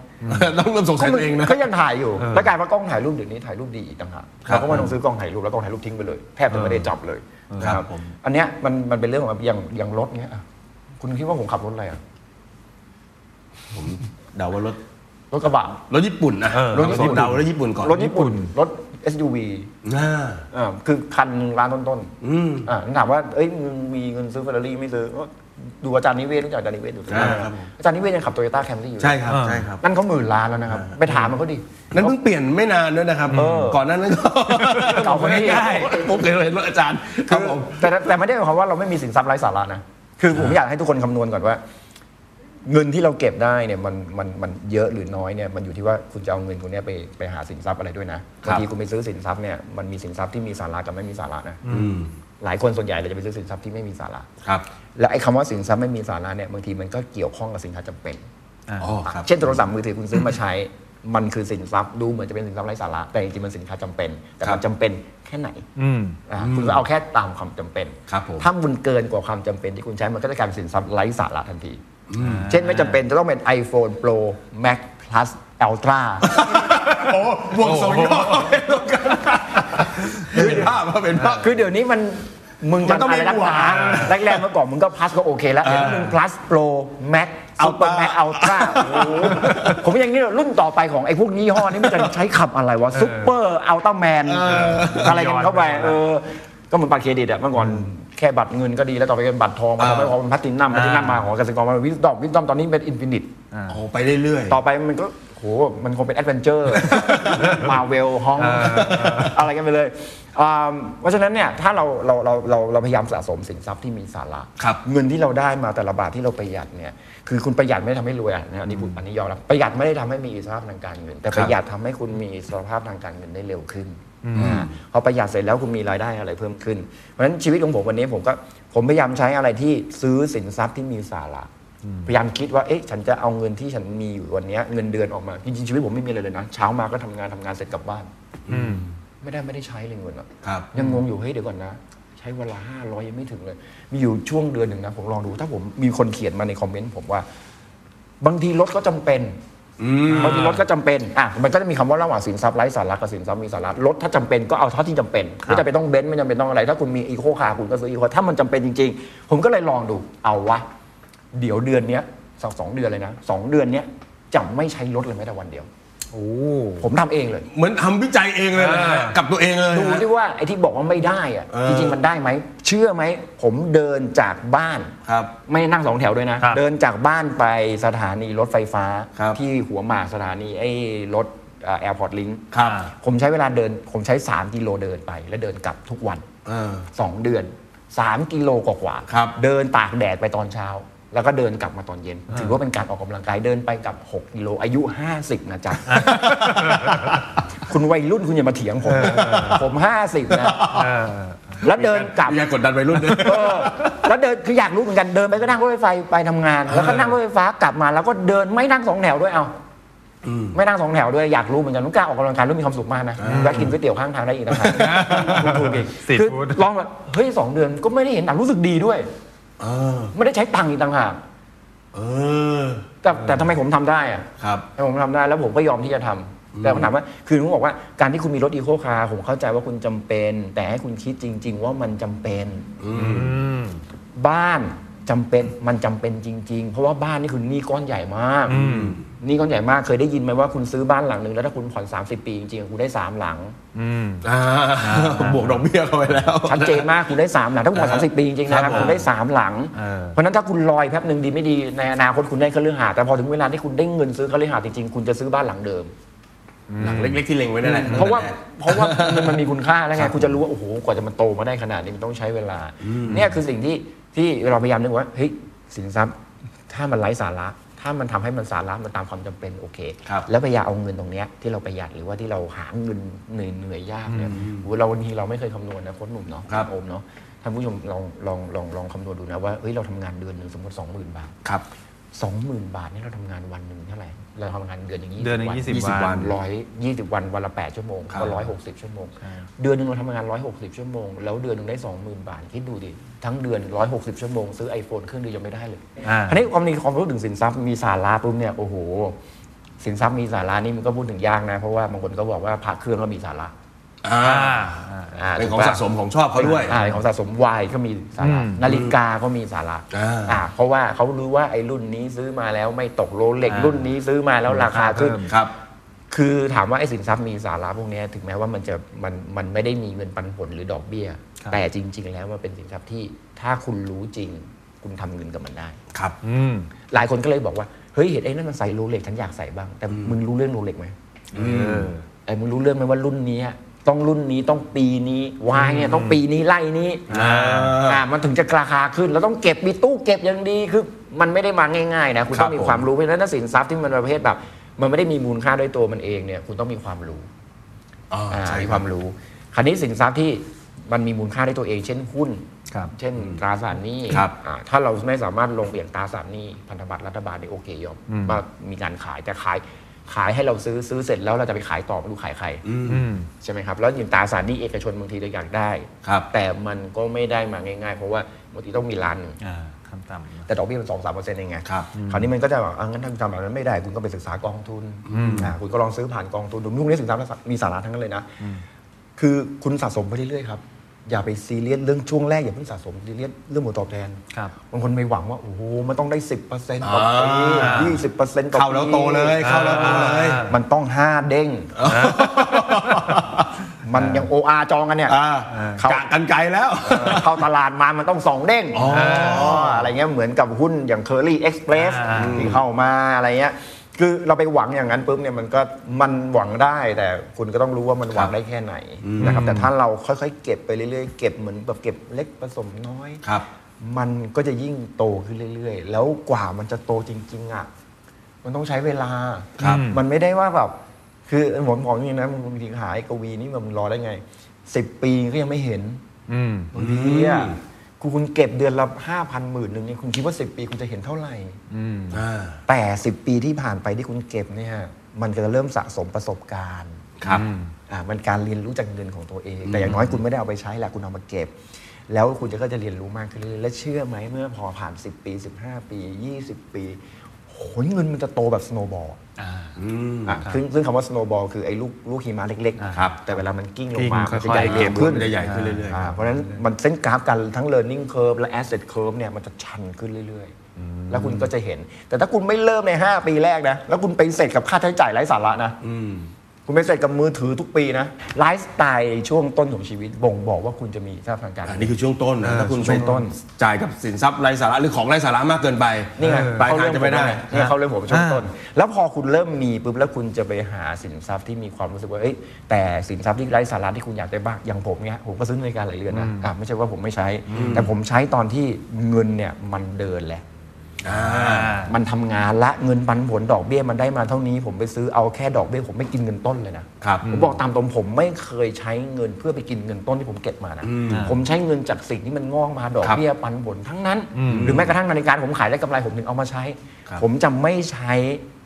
S4: ต้องเริ่มสงสัยตัวเองนะ
S5: ก็ยังถ่ายอยู่ แล้วกลายว่ากล้องถ่ายรูปเดี๋ยวนี้ถ่ายรูปดีอีกต่างหาก
S4: ครับ
S5: เราก็ไม่ต้องซื้อกล้องถ่ายรูปแล้วกล้องถ่ายรูปทิ้งไปเลยแทบจะไม่ได้จับเลยนะ
S4: ค
S5: ค
S4: รั
S5: รับบ
S4: ผม
S5: อันเนี้ยมันมันเป็นเรื่องของอย่างอย่างรถเนี้ยอ่ะคุณคิดว่าผมขับรถอะไรอ่ะ
S4: เดาว่ารถ
S5: รถกระบะ
S4: รถญี่ปุ่นนะ
S3: เออ
S4: รถญี่ปุ่นเดารถญี่ปุ่นก่อน
S5: รถญี่ปุ่น รถ SUV
S4: อ่า
S5: อ่าคือคันหนึ่งล้านต้น
S4: อืม
S5: ๆอ่าถามว่า เอ้ยมึงมีเงินซื้อเฟอร์รารี่ไม่ซื้อก็ดูอาจารย์นิเวศน์รู้จักอาจารย์นิเวศน์อยู่
S4: อ่าครับผม
S5: อาจารย์นิเวศน์ยังขับโตโยต้าแคมรี่อยู่เลย
S4: ใช่ครับ
S3: อ่า
S4: ใช่ครับ
S5: นั่นเขาหมื่นล้านแล้วนะครับ ไปถามมันเขาดิ
S4: นั้นเพิ่งเปลี่ยนไม่นานด้วยนะครับ ก่อนหนั้นนั้นก็
S5: เก่ากว่านี้
S4: ง่ายๆผมเคยเห็นรถอาจารย์ครับผม
S5: แต่แต่ไม่ได้หมายความว่าเราไม่มีสินทรัพย์ไร้สาระนะ คือผมอยากให้ทุกคนคำนวณก่อนว่า เงินที่เราเก็บได้เนี่ยมันมันมันเยอะหรือน้อยเนี่ยมันอยู่ที่ว่าคุณจะเอาเงินคุณเนี้ยไปไปหาสินทรัพย์อะไรด้วยนะบางทีคุณไปซื้อสินทรัพย์เนี่ยมันมีสินทรัพย์ที่มีสาระกับไม่มีสาระนะหลายคนส่วนใหญ่เราจะไปซื้อสินทรัพย์ที่ไม่มีสาระ
S4: ครับ
S5: และไอ้คำว่าสินทรัพย์ไม่มีสาระเนี่ยบางทีมันก็เกี่ยวข้องกับสินค้าจำเป็น
S4: อ๋อครับ
S5: เช่นโทรศัพท์มือถือคุณซื้อมาใช้ มันคือสินทรัพย์ดูเหมือนจะเป็นสินทรัพย์ไร้สาระ แต่จริงๆมันสินค้าจำเป็น แต่
S4: ครั
S5: มัน
S4: บ
S5: จำเป็นแค่ไหน
S3: อืม
S5: อ่ะคุณก็เอาแค่ตามความจำเป็น
S4: ครับผม
S5: ถ้ามันเกินกว่าความจำเป็นที่คุณใช้มันก็จะกลายเป็นสินทรัพย์ไร้สาระทันที เช่นไม่จำเป็นจะต้องเป็น iPhone Pro Max Plus Ultra
S4: โอ้วงสองยอดเป็นภาพว่าเป็นภาพ
S5: คือเดี๋ยวนี้มันมึง
S4: มันต้องมี
S5: ะไรนักหนาแรกๆเมื่อก่อนมึงก็พลัสก็โอเคแล้วเดี๋ยวนี้มึงพลัสโปรแม็กอัล
S4: Ultra
S5: ตร้าแม็กอัลต *laughs* ร้าผมยังนี่เลยรุ่นต่อไปของไอ้พวกยี่ห้อนี้มันจะใช้ขับอะไรวะซุปเปอร์อัลตร้าแมนอะไรกันเข้าไป
S3: ย้อนไป
S5: เออก็เหมือนบัตรเครดิตอะเมื่อก่อนแค่บัตรเงินก็ดีแล้วต่อไปเป็นบัตรทองมา
S4: อ่า
S5: ไม่พอเป็นพลาตินัมพลาตินัมมาของกสิกรมาวิสดอมวิสดอมตอนนี้เป็นอินฟินิต
S4: โอ้ไปเรื่อย
S5: ต่อไปมันก็โหมันคงเป็นแอดเวนเจอ
S4: *laughs*
S5: ร์ มาเวลฮองอะไรกันไปเลยอ่าเพราะฉะนั้นเนี่ยถ้าเราเราเราเราเราพยายามสะสมสินทรัพย์ที่มีสาระ
S4: ครับ
S5: เงินที่เราได้มาแต่ละบาทที่เราประหยัดเนี่ยคือคุณประหยัดไม่ได้ทำให้รวยอ่ะนะอันนี้ผมอันนี้ยอมรับประหยัดไม่ได้ทำให้มีอิสรภาพทางการเงิน แต่
S4: ครับ
S5: ประหยัดทำให้คุณมีอิสรภาพทางการเงินได้เร็วขึ้นอ่าพอประหยัดเสร็จแล้วคุณมีรายได้อะไรเพิ่มขึ้น เพราะฉะนั้นชีวิตของผมวันนี้ผมก็ผมพยายามใช้อะไรที่ซื้อสินทรัพย์ที่มีสาระ พยายามคิดว่า เอ๊ะ ฉันจะเอาเงินที่ฉันมีอยู่วันเนี้ยเงินเดือนออกมา จริงๆ ชีวิตผมไม่มีอะไรเลยนะ เช้ามาก็ทำงานทำงานเสร็จกลับบ้าน
S3: อืม
S5: ไม่ได้ไม่ได้ใช้เลยเงินอะ
S4: ครับ
S5: ยังงงอยู่ เฮ้ย เดี๋ยวก่อนนะ ใช้เวนลาห้าร้อยยังไม่ถึงเลย มีอยู่ช่วงเดือนหนึ่งนะ ผมลองดู ถ้าผมมีคนเขียนมาในคอมเมนต์ผมว่า บางทีรถก็จำเป็น
S4: อืม
S5: บางทีรถก็จำเป็น อ่ะ มันก็จะมีคำว่าระหว่างสินทรัพย์ไร้สาระกับสินทรัพย์มีสาระ รถถ้าจำเป็นก็เอาเท่าที่จำเป็น ไม่จำเป็นต้องเบนซ์ไม่จำเป็นต้องอะไร ถ้าคุณมีอีโคคาร์คุณก็ซื้ออีโค ถ้ามันจำเป็นจริง ๆ ผมก็เลยลองดู เอาวะ เดี๋ยวเดือนเนี้ยสองสองเดือนเลยนะสองเดือนเนี้ยจะไม่ใช้รถเลยแม้แต่วันเดียว
S3: โอ้
S5: ผมทำเองเลย
S4: เหมือนทำวิจัยเองเลยนะฮะ
S3: อ่า
S4: กับตัวเองเลย
S5: ดู
S4: นะ
S5: ที่ว่าไอ้ที่บอกว่าไม่ได้อะ
S4: เออ
S5: จริงๆมันได้ไหม เชื่อไหม ผมเดินจากบ้าน
S4: ครับ
S5: ไม่นั่งสองแถวด้วยนะ
S3: ครับ
S5: เดินจากบ้านไปสถานีรถไฟฟ้า
S4: ครับ
S5: ที่หัวหมากสถานีไอ้รถแอร์พอร์ตลิง
S4: ครับ
S5: ผมใช้เวลาเดิน ผมใช้ 3 กิโลเดินไป แล้วเดินกลับทุกวัน
S4: เออ
S5: 2 เดือน 3 กิโลกว่าๆ
S4: ครับ
S5: เดินตากแดดไปตอนเช้า แล้วก็เดินกลับมาตอนเย็น ถือว่าเป็นการออกกำลังกายเดินไปกลับ 6 กิโลอายุ 50 นะจ๊ะ คุณวัยรุ่นคุณอย่ามาเถียงผม ผม 50 นะ แล้วเดินกลับ
S4: อย่ากดดันวัยรุ่นด้วย
S5: เออแล้วเดินคืออยากรู้เหมือนกันเดินไปก็นั่งรถไฟไฟไปทำงาน แล้วก็นั่งรถไฟฟ้ากลับมา แล้วก็เดินไม่นั่งสองแถวด้วยเอาไม่นั่งสองแถวด้วยอยากรู้เหมือนกันนุกกล้าออกกำลังกายแล้วมีความสุขมากนะแวะกินก๋วยเตี๋ยวข้างทางได้อีกนะครับ *laughs* ถูกอีก
S3: Street
S5: คือ
S3: food
S5: ลองแบบเฮ้ยสองเดือนก็ไม่ได้เห็นหนังรู้สึกดีด้วย
S4: เออ
S5: ไม่ได้ใช้ตังค์อีกต่างหาก
S4: เออ
S5: แต่แต่ทำไมผมทำได้อะ
S4: ครับ
S5: แล้วผมทำได้แล้วผมก็ยอมที่จะทำแต่คำถามว่าคือผมบอกว่าการที่คุณมีรถอีโคคาร์ผมเข้าใจว่าคุณจำเป็น แต่ให้คุณคิดจริง ๆ ว่ามันจำเป็น บ้านจำเป็นมันจำเป็นจริง ๆ เพราะว่าบ้านนี่คือหนี้ก้อนใหญ่มากหนี้ก้อนใหญ่มากเคยได้ยินไหมว่าคุณซื้อบ้านหลังหนึ่งแล้วถ้าคุณผ่อน 30 ปีจริงๆคุณได้ 3 หลัง
S3: อืม
S4: อ่า บวกดอกเบี้ยเข้าไปแล้ว
S5: ชัดเจนมากคุณได้ 3 หลังถ้าคุณผ่อน 30 ปีจริงๆนะครับ
S4: ครับผม
S5: คุณได้ 3 หลัง
S3: เออ
S5: เพราะฉะนั้นถ้าคุณลอยแป๊บหนึ่งดีไม่ดีในอนาคตคุณได้เครื่องหาสน์แต่พอถึงเวลาที่คุณได้เงินซื้อเครื่องหาสน์จริงๆคุณจะซื้อบ้านหลังเดิม
S4: หลังเล็กๆที่เล็งไว้นั่นแหละ
S5: เพราะว่า
S4: ตั้งแต่แก
S5: เพราะว่ามันมันมีคุณค่าแล้วไงคุณจะรู้ว่าโอ้โหกว่าจะมันโตมาได้ขนาดนี้มันต้องใช้เวลาเนี่ยคือสิ่งที่ที่เราพยายามนึกว่าเฮ้ยสินทรัพย์ถ้ามันไร้สาระ ถ้ามันทำให้มันสาระมันตามความจำเป็นโอเค
S4: ครับ
S5: แล้วพยายามเอาเงินตรงเนี้ยที่เราประหยัดหรือว่าที่เราหาเงินเหนื่อยเหนื่อยยากเนี่ยโอ้โหเราบางทีเราไม่เคยคำนวณนะโค้ชหนุ่มเนาะณโอมเนาะท่านผู้ชมลองลองลองลองคำนวณดูนะว่าเฮ้ยเราทำงานเดือนหนึ่งสมมติสองหมื่นบาท
S4: ครับ
S5: สองหมื่นบาทเนี่ยเราทำงานวันหนึ่งเท่าไหร่เราทำงานเดือนอย่างนี้
S3: เดือนหนึ่งยี่สิบ
S4: ยี่สิบวั
S3: วัน น
S5: ร้อยยี่สิบวันวันละแปดชั่วโมง
S4: ครับ
S5: ก็ร้อยหกสิบชั่วโมง เดือนหนึ่งเราทำงานร้อยหกสิบชั่วโมง แล้วเดือนหนึ่งได้สองหมื่นบาท คิดดูดิ ทั้งเดือนร้อยหกสิบชั่วโมง ซื้อ iPhone เครื่องเดียวยังไม่ได้เลย
S3: อ่า
S5: นนี้ความนี้ความรู้ถึงสินทรัพย์มีสาระปุ๊บเนี่ยโอ้โห สินทรัพย์มีสาระนี่มันก็พูดถึงยากนะ เพราะว่าบางคนก็บอกว่าพระเครื่องก็มีสาระ
S4: อ่า
S3: อ่า
S5: อ่า
S4: เป็นของ
S5: ถูกปะ
S4: สะสมของชอบเขาด้วย
S5: อ่าเป็นของสะสมวายก็มีสาระ
S3: อืม
S5: นาฬิกาก็มีสาระ
S4: อ่า
S5: อ่าเพราะว่าเขารู้ว่าไอ้รุ่นนี้ซื้อมาแล้วไม่ตกโรเล็กรุ่นนี้ซื้อมาแล้วราคาขึ้น
S4: ครับ
S5: คือถามว่าไอ้สินทรัพย์มีสาระพวกเนี้ยถึงแม้ว่ามันจะมันมันไม่ได้มีเงินปันผลหรือดอกเบี้ย
S3: ครับ
S5: แต่จริง ๆ แล้วมันเป็นสินทรัพย์ที่ถ้าคุณรู้จริง คุณทำเงินกับมันได้
S4: ครับ
S3: อืม
S5: หลายคนก็เลยบอกว่า เฮ้ยเห็นไอ้นั่นมันใส่โรเล็กฉันอยากใส่บ้าง แต่มึงรู้เรื่องโรเล็กไหม
S3: เออ
S5: ไอ้มึงรู้เรื่องไหมว่ารุ่นเนี้ยต้องรุ่นนี้ต้องปีนี้วายเนี่ยต้องปีนี้ไล่นี้
S4: อ่า
S5: อ่ามันถึงจะราคาขึ้นแล้วต้องเก็บมีตู้เก็บอย่างดีคือมันไม่ได้มาง่ายๆนะคุณต้องมี
S4: ครับผม
S5: ความรู้เพราะฉะนั้นถ้าสินทรัพย์ที่มันประเภทแบบ มันไม่ได้มีมูลค่าด้วยตัวมันเองเนี่ยคุณต้องมีความรู้
S4: อ่า
S5: อ่า
S4: ใช่
S5: มีค
S4: คาว
S5: วาม มรู้คราวนี้สินทรัพย์ที่มันมีมูลค่าในตัวเอง เช่นหุ้น
S3: ครับ
S5: เช่นตราสารหนี้
S4: ครับ
S5: อ่าถ้าเราไม่สามารถลงเปลี่ยนตราสารหนี้พันธบัตรรัฐบาลเนี่ยโอเคยอมว่ามีการขายแต่ขายขายให้เราซื้อซื้อเสร็จแล้วเราจะไปขายต่อไม่รู้ขายใคร
S3: อืม
S5: ใช่ไหมครับ แล้วอย่างตราสารหนี้เอกชนบางทีเราอยากได้
S4: ครับ
S5: แต่มันก็ไม่ได้มาง่ายๆ เพราะว่าบางทีต้องมีร้านหนึ่ง
S3: อ่าขั้นต่ำนะ
S5: แต่ดอกเบี้ยมันสองสามเปอร์เซ็นต์เองไง
S4: ครับ
S5: คราวนี้มันก็จะแบบอ่ะงั้นถ้าคุณทำแบบนั้นไม่ได้ คุณก็ไปศึกษากองทุนอ่าคุณก็ลองซื้อผ่านกองทุนดูพวกนี้สินทรัพย์มีสาระทั้งนั้นเลยนะ คือคุณสะสมไปเรื่อยๆครับ อย่าไปซีเรียสเรื่องช่วงแรกอย่าเพิ่งสะสมซีเรียสเรื่องผลตอบแทน
S3: ครับ
S5: บางคนไม่หวังว่า โอ้โห มันต้องได้ 10%ต่อปี
S4: อ่า
S5: ยี่สิบเปอร์เซ็นต์ต่อปี
S4: เข้าแล้วโตเลย เข้าแล้วโตเลย
S3: อ่า
S5: มันต้องห้าเด้ง มันยังโออาจองกันเนี่ย
S4: อ่า
S5: เข้า
S4: กะกันไกลแล้ว
S5: เข้าตลาดมามันต้องสองเด้งอะไรเงี้ยเหมือนกับหุ้นอย่าง Curly Express
S3: อ่า
S5: ที่เข้ามาอะไรเงี้ย คือเราไปหวังอย่างนั้นปุ๊บเนี่ยมันก็มันหวังได้แต่คุณก็ต้องรู้ว่ามันหวังได้แค่ไหนนะครับแต่ถ้าเราค่อยๆ เก็บไปเรื่อยๆ เก็บเหมือนแบบเก็บเล็กผสมน้อย
S4: ครับ
S5: มันก็จะยิ่งโตขึ้นเรื่อยๆ แล้วกว่ามันจะโตจริง ๆ อ่ะ มันต้องใช้เวลา
S4: ครับ
S5: มันไม่ได้ว่าแบบ คือผมบอกจริงๆนะบางทีหายกวีนี่มันรอได้ไงสิบปีก็ยังไม่เห็น
S3: อืม
S5: บางทีอ่ะ คุณคุณเก็บเดือนละห้าพันหมื่นหนึ่งเนี่ยคุณคิดว่าสิบปีคุณจะเห็นเท่าไหร่
S4: อ่า
S5: แต่สิบปีที่ผ่านไปที่คุณเก็บเนี่ยมันก็จะเริ่มสะสมประสบการณ์
S4: ครับ
S5: อ่ามันการเรียนรู้จากเงินของตัวเอง แต่อย่างน้อยคุณไม่ได้เอาไปใช้แหละคุณเอามาเก็บ แล้วคุณจะก็จะเรียนรู้มากขึ้นเรื่อยๆและเชื่อไหมเมื่อพอผ่าน 10 ปี 15 ปี 20 ปีโหเงินมันจะโตแบบสโนบอลซึ่งซึ่งคำว่าสโนบอลคือไอ้ลูกลูกหิมะเล็ก
S4: อ่า
S5: ๆ
S4: ครับ
S5: แต่เวลามันกิ้งลงมา
S3: กิ้ง
S5: มันจะ
S3: ค่อยๆ
S5: ใหญ่
S4: เก็บ
S5: ขึ้น
S4: มันจะใหญ่ขึ้นเรื่อยๆ
S5: าเพราะฉะนั้นมันเส้นกราฟกันทั้ง learning curve และ asset curve เนี่ยมันจะชันขึ้นเรื่อยๆ แล้วคุณก็จะเห็น แต่ถ้าคุณไม่เริ่มใน 5 ปีแรกนะ แล้วคุณไปเสร็จกับค่าใช้จ่ายไร้สาระนะ คุณไปเสร็จกับมือถือทุกปีนะไลฟ์สไตล์ช่วงต้นของชีวิตบ่งบอกว่าคุณจะมีสภาพทางการ
S4: อัน
S5: เงิ
S4: นี้
S5: น
S4: คือช่วงต้นนะถ้าคุณ
S5: ช่วงต้น
S4: จ่ายกับสินทรัพย์ไร้สาระหรือของไร้สาระมากเกินไป
S5: นี่ไง
S4: ปลายทางจะไม่ได้
S5: นี่
S4: นะ
S5: เขาเรื่องผมช่วง
S3: อ่า
S5: ต้น แล้วพอคุณเริ่มมีปุ๊บแล้วคุณจะไปหาสินทรัพย์ที่มีความรู้สึกว่าเอ้ยแต่สินทรัพย์ที่ไร้สาระที่คุณอยากได้บ้างอย่างผมเนี่ยผมก็ซื้อนาฬิกาหลายเรือนนะอ่ะไม่ใช่ว่าผมไม่ใช้ แต่ผมใช้ตอนที่เงินเนี่ยมันเดินแหละ มันทำงานละเงินปันผลดอกเบี้ยมันได้มาเท่านี้ ผมไปซื้อเอาแค่ดอกเบี้ยผมไม่กินเงินต้นเลยนะครับ ผมบอกตามตรงผมไม่เคยใช้เงินเพื่อไปกินเงินต้นที่ผมเก็บมานะผมใช้เงินจากสิ่งที่มันงอกมาดอกเบี้ยปันผลทั้งนั้น หรือแม้กระทั่งนาฬิกาผมขายได้กำไรผมถึงเอามาใช้ ผมจะไม่ใช้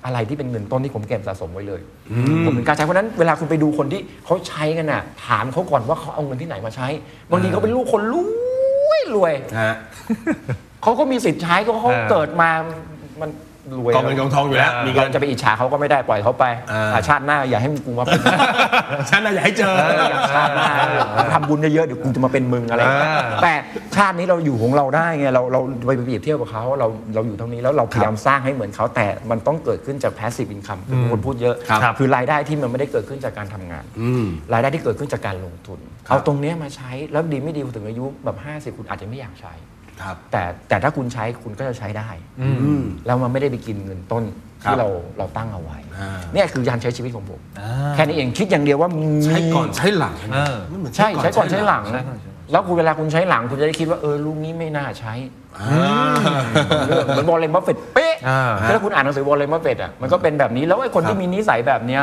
S5: อะไรที่เป็นเงินต้นที่ผมเก็บสะสมไว้เลยผมถึงกล้าใช้เพราะฉะนั้นเวลาคุณไปดูคนที่เขาใช้กันน่ะถามเขาก่อนว่าเขาเอาเงินที่ไหนมาใช้บางทีเขาเป็นลูกคนรวยรวย
S4: ฮะ
S5: เขาก็มีสิทธิ์ใช้ก็เขา
S3: เออ
S5: เกิดมา มันรวย
S4: กองเงินกองทองอยู่แล้ว มีเงิ
S5: เรา
S4: น
S5: จะไปอิจฉาเขาก็ไม่ได้ปล่อยเขาไป
S4: เอออ่
S5: ะชาติหน้าอย่าให้มึงกูมา
S4: *laughs*
S5: เป็น
S4: ฉันน่ะอยากให้เจอ
S5: ชาติหน้าทำบุญเยอะๆเดี๋ยวกูจะมาเป็นมึงอะไร แต่ชาตินี้เราอยู่ของเราได้ไงเราเราไปเปรียบเทียบกับเขาเราเราอยู่เท่านี้แล้วเราพยายามสร้างให้เหมือนเขาแต่มันต้องเกิดขึ้นจาก passive income คือคนพูดเยอะ
S4: ครับ
S5: อรายได้ที่มันไม่ได้เกิดขึ้นจากการทำงาน
S4: อืม
S5: รายได้ที่เกิดขึ้นจากการลงทุน เอาตรงเนี้ยมาใช้แล้วดีไม่ดีถึงอายุแบบ50คุณอาจจะไม่อยากใช้
S4: ครับ
S5: แต่แต่ถ้าคุณใช้คุณก็จะใช้ได้
S4: อืม
S5: แล้วมันไม่ได้ไปกินเงินต้น
S4: ครับ
S5: ที่เราเราตั้งเอาไว้
S4: อ่า
S5: เนี่ยคือการใช้ชีวิตของผมแค่นี้เองคิดอย่างเดียวว่ามี
S4: ใช้ก่อนใช้หลัง
S3: เออ
S4: มันเหมือน
S5: ใช่ใช้ก่อนใช้หลังนะแล้วคุณเวลาคุณใช้หลังคุณจะได้คิดว่าเออลูกนี้ไม่น่าใช้
S4: อ่า
S5: เหมือนเหมือนวอลเลนบัฟเฟตเป๊ะ
S3: อ่า
S5: ถ้าคุณอ่านหนังสือวอลเลนบัฟเฟตอ่ะมันก็เป็นแบบนี้แล้วไอ้คนที่มีนิสัยแบบเนี้ย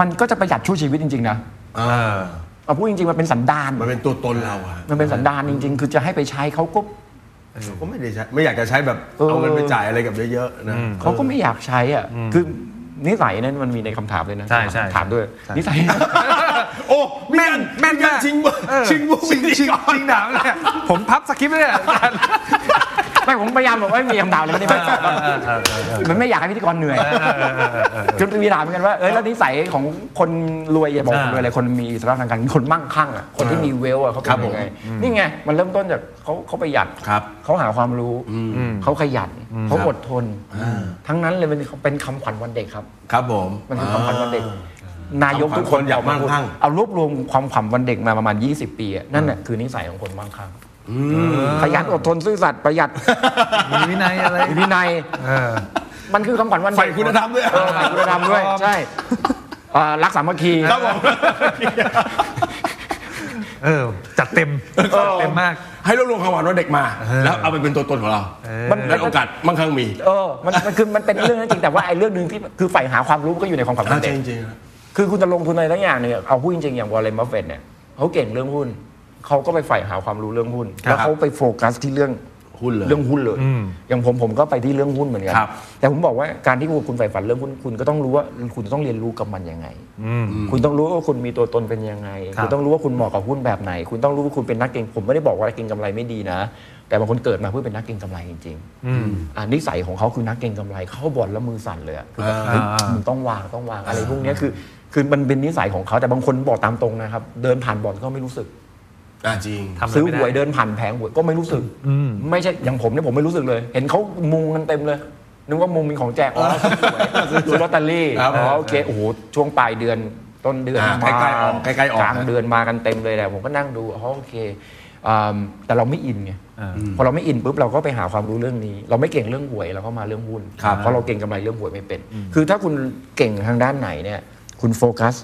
S5: มันก็จะประหยัดช่วยชีวิตจริงๆนะ
S4: อ่า
S5: เอาพูดจริงๆมันเป็นสันดาน
S4: มันเป็นตัวตนเราอะ
S5: มันเป็นสันดานจริง ๆ คือจะให้ไปใช้เขาก็
S4: เราก็ไม่ได้ใช้ไม่อยากจะใช้แบบ
S5: เออ
S4: เอาเงินไปจ่ายอะไรกับเยอะๆนะ
S5: เขาก็ไม่อยากใช้อ่ะคือนิสัยนั้นมันมีในคำถามเลยนะ
S3: ใช่ใช่
S5: ถามด้วยนิสัย *laughs*
S4: โอ้แม่น
S3: แม่
S4: กาม
S3: นาร ก
S4: ชิงบุ
S3: เออ
S4: ชิงบุ
S3: ชิงชิงชิงดาวเนี่ยผมพับสคริปต์เลยเนี่ยอาจารย์
S5: ไม่ผมพยายามบอกว่ามีคำถามอะไร *laughs* ไม่ได้ไหมมันไม่อยากให้พิธีกรเหนื่อยจนมีถามเหมือนกันว่าเอ้ยแล้วนิสัยของคนรวยอย่าบอกคนรวยอะไรคนมีสภาพทางการเงินคนมั่งคั่งอ่ะคนที่มีเวลอ่ะเขาเป็นยังไงนี่ไงมันเริ่มต้นจากเขาเขาประหยัด
S4: ครับ
S5: เขาหาความรู้เขาขยันเขาอดทน ทั้งนั้นเลยมันเป็นคำขวัญวันเด็กครับ
S4: ครับผม
S5: มันคือความ
S4: อ่า
S5: ฝันวันเด็ก นายกทุกคน
S4: ความฝันคนอยากมั่งคั่ง
S5: เอารวบรวมความฝันวันเด็กมาประมาณ 20 ปีอะนั่นแหละคือนิสัยของคนมั่งคั่งขยันอดทนซื่อสัตย์ประหยัด
S3: มีวินัยอะไร
S5: มีวินัย
S3: เออ
S5: มันคือคำขวัญวันเด็ก
S4: ใฝ่คุณธรรมด้วย
S5: เออใฝ่คุณธรรมด้วย ใช่เอ่อรักสามัคคี
S4: ครับผม
S3: เออ จัดเต็มจัดเต็มมาก
S4: ให้รวบรวมความหวานว่าเด็กมา แล้วเอาไปเป็นตัวตนของเรา
S5: มัน
S4: แล้วโอกาสมั่งคั่งมี
S5: เออมันมันคือมันเป็นเรื่องนั้นจริงแต่ว่าไอ้เรื่องหนึ่งที่คือใฝ่หาความรู้ก็อยู่ในความฝันวั
S4: อ่าน
S5: เด็ก
S4: จริงๆนะ
S5: คือคุณจะลงทุนอะไรทั้งอย่างเนี่ยเอาพูดจริงๆอย่างวอลเลนบัฟเฟตเนี่ยเขาเก่งเรื่องหุ้นเขาก็ไปใฝ่หาความรู้เรื่องหุ้น แล้วเขาไปโฟกัสที่เรื่อง
S4: หุ้นเลย
S5: เรื่องหุ้นเลยอย่างผมผมก็ไปที่เรื่องหุ้นเหมือนกัน
S4: ครับ
S5: แต่ผมบอกว่าการที่คุณใฝ่ฝันเรื่องหุ้นคุณก็ต้องรู้ว่าคุณจะต้องเรียนรู้กับมันยังไงคุณต้องรู้ว่าคุณมีตัวตนเป็นยังไง คุณต้องรู้ว่าคุณเหมาะกับหุ้นแบบไหน คุณต้องรู้ว่าคุณเป็นนักเก็งผมไม่ได้บอกว่าเก็งกำไรไม่ดีนะ แต่บางคนเกิดมาเพื่อเป็นนักเก็งกำไรจริงๆอ่านิสัยของเขาคือนักเก็งกำไรเข้าบ่อนแล้วมือสั่นเลยอะคือแบบเฮ้ยมึงต้องวางต้องวาง อะไรพวกเนี้ยคือ คือมันเป็นนิสัยของเขาแต่บางคนบอกตามตรงนะครับ เดินผ่านบ่อนก็ไม่รู้สึก
S4: อ่าจริง
S3: ทำอะไร
S5: ซื้อ
S3: ไม่
S5: ห
S3: ได้
S5: วยเดินผ่านแผงหวยก็ไม่รู้สึกไม่ใช่อย่างผมเนี่ยผมไม่รู้สึกเลย เห็นเขามุงกันเต็มเลยนึกว่ามุงมีของแจกอ๋อซื้อหวย *laughs* ซื้อลอตเตอรี่
S4: ครับ
S5: อ๋อโอเคโอ้โหช่วงปลายเดือนต้นเดือน
S4: อ่าใกล้ๆออกใกล้ๆออก
S5: กลางเดือนมากันเต็มเลยแหละผมก็นั่งดูอ๋อโอเคอ่าแต่เราไม่อินไงพอเราไม่อินปุ๊บเราก็ไปหาความรู้เรื่องนี้ เราไม่เก่งเรื่องหวยเราก็มาเรื่องหุ้นเพราะเราเก่งกำไรเรื่องหวยไม่เป็น คือถ้าคุณเก่งทางด้านไหนเนี่ย คุณโฟกัส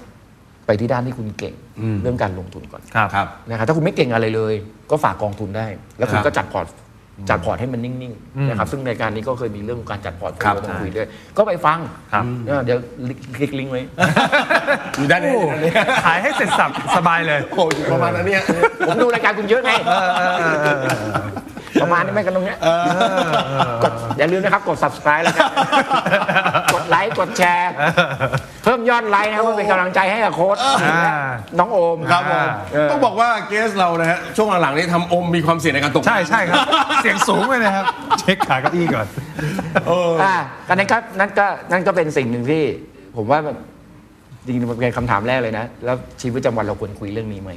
S5: ไปที่ด้านที่คุณเก่งเรื่องการลงทุนก่อน
S4: ครับ
S5: นะครับถ้าคุณไม่เก่งอะไรเลย ก็ฝากกองทุนได้ แล้วคุณ
S4: ครับ
S5: ก็จัดพอร์ต จัดพอร์ตให้มันนิ่งๆนะครับซึ่งในการนี้ก็เคยมีเรื่องการจัดพอร์ตคุยกันคุยด้วยก็ไปฟัง
S3: ครับ
S5: เออเดี๋ยวคลิกลิงก์ไว้
S4: อยู่ด้านนี้อยู่ด้านนี้
S3: ขายให้เสร็จสับสบายเลย
S4: โอ้อยู่ประมาณนั้นเนี่ย
S5: ผมดูรายการคุณเยอะไงประมาณนี้ไหมกันตรงเนี้ยกดอย่าลืมนะครับ กด subscribe แล้วกันกดไลค์กดแชร์ เพิ่มยอดไลค์นะครับเพื่อเป็นกำลังใจให้กับโค้ชและน้องโอม
S4: ครับผม
S5: เออ
S4: ต้องบอกว่าเกสเรานะฮะช่วงหลังๆนี้ทำอมมีความเสี่ยงในการตก
S3: ใช่ใช่ครับ เสียงสูงเลยนะครับ เช็คขาเกับอี้ก่อน
S5: อ่าก็นั้นก็นั่นก็นั่นก็เป็นสิ่งหนึ่งที่ ผมว่ามันจริงๆมันเป็นคำถามแรกเลยนะ แล้วชีวิตประจำวันเราควรคุยเรื่องนี้ไหม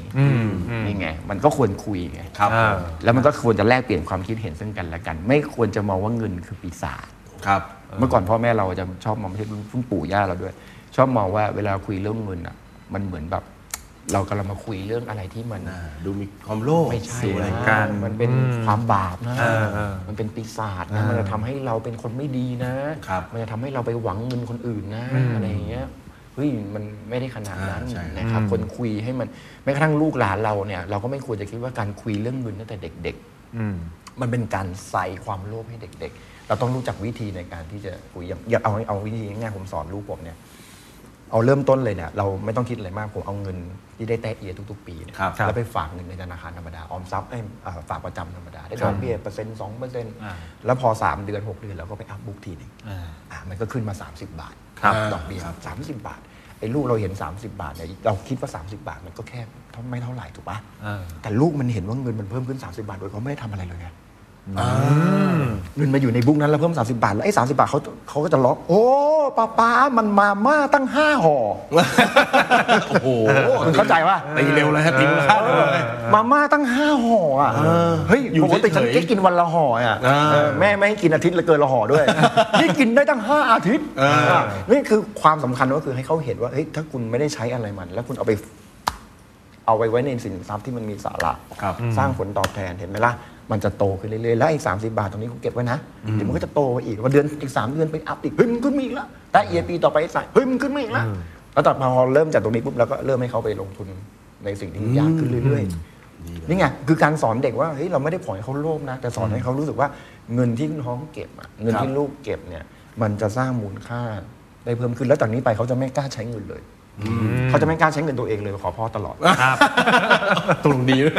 S5: นี่ไง มันก็ควรคุยไง
S4: ครับ
S3: อ่า
S5: แล้วมันก็ควรจะแลกเปลี่ยนความคิดเห็นซึ่งกันและกัน ไม่ควรจะมองว่าเงินคือปีศาจ
S4: ครับ
S5: เมื่อก่อนพ่อแม่เราจะชอบมองไม่ใช่เพิ่งปู่ย่าเราด้วย ชอบมองว่าเวลาคุยเรื่องเงินอ่ะ มันเหมือนแบบ เรากำลังมาคุยเรื่องอะไรที่มัน
S4: อ่าดูมีความโลภ
S5: ไม่ใช่
S4: สูงอะไร
S5: นะ
S3: การ
S5: มันเป็นความบาปนะ
S3: เออเออ
S5: มันเป็นปีศาจนะมันจะทำให้เราเป็นคนไม่ดีนะครับ มันจะทำให้เราไปหวังเงินคนอื่นนะอะไรอย่างเงี้ยเฮ้ยมันไม่ได้ขนาดนั้น
S4: อ่าใช่
S5: นะครับคนคุยให้มันแม้กระทั่งลูกหลานเราเนี่ย เราก็ไม่ควรจะคิดว่าการคุยเรื่องเงินตั้งแต่เด็ก ๆ
S3: อืม
S5: มันเป็นการใส่ความโลภให้เด็ก ๆ เราต้องรู้จักวิธีในการที่จะคุยอย่างอย่างเอาเอาวิธีง่ายๆผมสอนลูกผมเนี่ย เอาเริ่มต้นเลยเนี่ยเราไม่ต้องคิดอะไรมากผมเอาเงินที่ได้แตะเอียทุกๆ ปีเนี่ย
S4: ครับ
S5: แล้วไปฝากเงินในธนาคารธรรมดาออมทรัพย์เอ้ยเอ่อฝากประจำธรรมดา ได้ดอกเบี้ยเปอร์เซ็นต์สองเปอร์เซ็นต์แล้วพอ 3 เดือน 6 เดือนเราก็ไปอัพบุ๊กทีหนึงอ่ะมันก็ขึ้นมา 30 บาท
S4: ครับ
S5: ดอกเบี้ย
S4: ครับ
S5: สามสิบบาทไอ้ลูกเราเห็น 30 บาทเนี่ยเราคิดว่า 30 บาทมันก็แค่เท่าไม่เท่าไหร่ถูกปะ
S3: เออ
S5: แต่ลูกมันเห็นว่าเงินมันเพิ่มขึ้น 30 บาทโดยเขาไม่ได้ทำอะไรเลยไง
S4: อ่า
S5: เงินมาอยู่ในบุ๊กนั้นแล้วเพิ่ม 30 บาท แล้วไอ้สาบาทเขาเขาก็จะล็อก โอ้ป้าป้ามันมาม่าตั้งห้าห่อ
S4: โอ้โห
S5: คุณเข้าใจว่า
S4: ตีเร็วเลยฮะตีเร็วข้าวเลย
S5: มาม่าตั้งห้าห่ออ่ะเฮ้ย
S4: อยู่
S5: ปกติ
S4: เฉยๆ
S5: ฉันแค่กินวันละห่ออ่ะ
S4: อ่า
S5: เออแม่ไม่ให้กินอาทิตย์ละเกินละห่อด้วย นี่กินได้ตั้งห้าอาทิตย์
S4: อ่า
S5: อ่ะนี่คือความสำคัญก็คือให้เขาเห็นว่าเฮ้ยถ้าคุณไม่ได้ใช้อะไรมัน แล้วคุณเอาไป เอาไว้ไว้ในสินทรัพย์ที่มันมีสาระ
S4: ครับ
S5: สร้างผลตอบแทนเห็นไหมล่ะ มันจะโตขึ้นเรื่อยๆ แล้วไอ้สาบาทตรงนี้คุณเก็บไว้นะ เดี๋ยวมันก็จะโตไปอีกวันเดือนอีก 3 เดือนไปอัพอีก เฮ้ยมันขึ้นมาอีกแล้วแต่เอียปีต่อไปใส่เฮ้ยมันขึ้นมาอีกแล้ว แล้วต่อมาพอเริ่มจากตรงนี้ปุ๊บเราก็เริ่มให้เขาไปลงทุนในสิ่งที่ยากขึ้นเรื่อยๆ นี่ไงคือการสอนเด็กว่าเฮ้ยเราไม่ได้ปล่อยให้เขาโลภนะ แต่สอนให้เขารู้สึกว่าเงินที่น้องเก็บอะเงินที่ลูกเก็บเนี่ย มันจะสร้างมูลค่าได้เพิ่มขึ้น แล้วจากนี้ไปเขาจะไม่กล้าใช้เงินเลยเขาจะไม่กล้าใช้เงินตัวเองเลยขอพ่อตลอด
S4: ตรงดีด้วย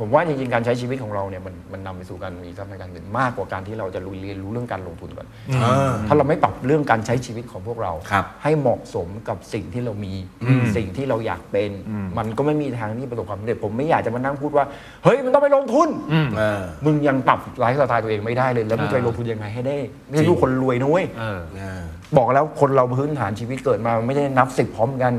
S5: ผมว่าจริงๆ การใช้ชีวิตของเราเนี่ยมันมันนำไปสู่การมีทรัพย์ในการเงินมากกว่าการที่เราจะรู้เรียนรู้เรื่องการลงทุนก่อนถ้าเราไม่ปรับเรื่องการใช้ชีวิตของพวกเรา
S4: ครับ
S5: ให้เหมาะสมกับสิ่งที่เรามีสิ่งที่เราอยากเป็น มันก็ไม่มีทางที่ประสบความสำเร็จผมไม่อยากจะมานั่งพูดว่า เฮ้ยมันต้องไปลงทุน
S4: อ่า
S5: มึงยังปรับไลฟ์สไตล์ตัวเองไม่ได้เลย แล้วมึงจะไปลงทุนยังไงให้ได้ไม่
S4: จ
S5: ใช่
S4: ริง
S5: ลูกคนรวยนะเว้ย
S3: เออ
S4: อ่า
S5: บอกแล้วคนเราพื้นฐานชีวิตเกิดมามันไม่ได้นับสิบพร้อมกัน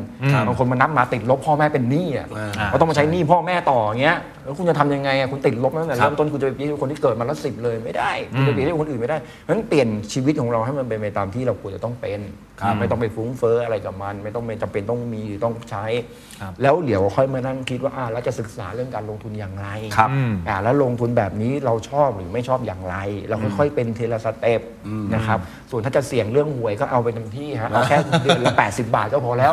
S5: บางคนมันนับมาติดลบพ่อแม่เป็นหนี้อ่ะ
S4: อ่า
S5: ก็ต้องมาใช้หนี้พ่อแม่ต่ออย่างเงี้ยแล้วคุณจะทำยังไงอ่ะคุณติดลบมาตั้งแต่
S4: ครับ
S5: เริ่มต้นคุณจะไปเปรียบเทียบคนที่เกิดมาแล้วสิบเลยไม่ได้คุณจะไปเปรียบเทียบคนอื่นไม่ได้เพราะฉะนั้นเปลี่ยนชีวิตของเราให้มันเป็นไปตามที่เราควรจะต้องเป็นไม่ต้องไปฟุ้งเฟ้ออะไรกับมัน ไม่ต้องไปจำเป็นต้องมีหรือต้องใช้ แล้วเดี๋ยวค่อยมานั่งคิดว่าอ่าแล้วจะศึกษาเรื่องการลงทุนอย่างไร
S4: ครับ
S3: อืม
S5: อ่าแล้วลงทุนแบบนี้เราชอบหรือไม่ชอบอย่างไร เราค่อยๆเป็นทีละสเต็ปนะครับส่วนถ้าจะเสี่ยงเรื่องหวยก็เอาไปเต็มที่ฮะเอาแค่เดือนละ 80 บาทก็พอแล้ว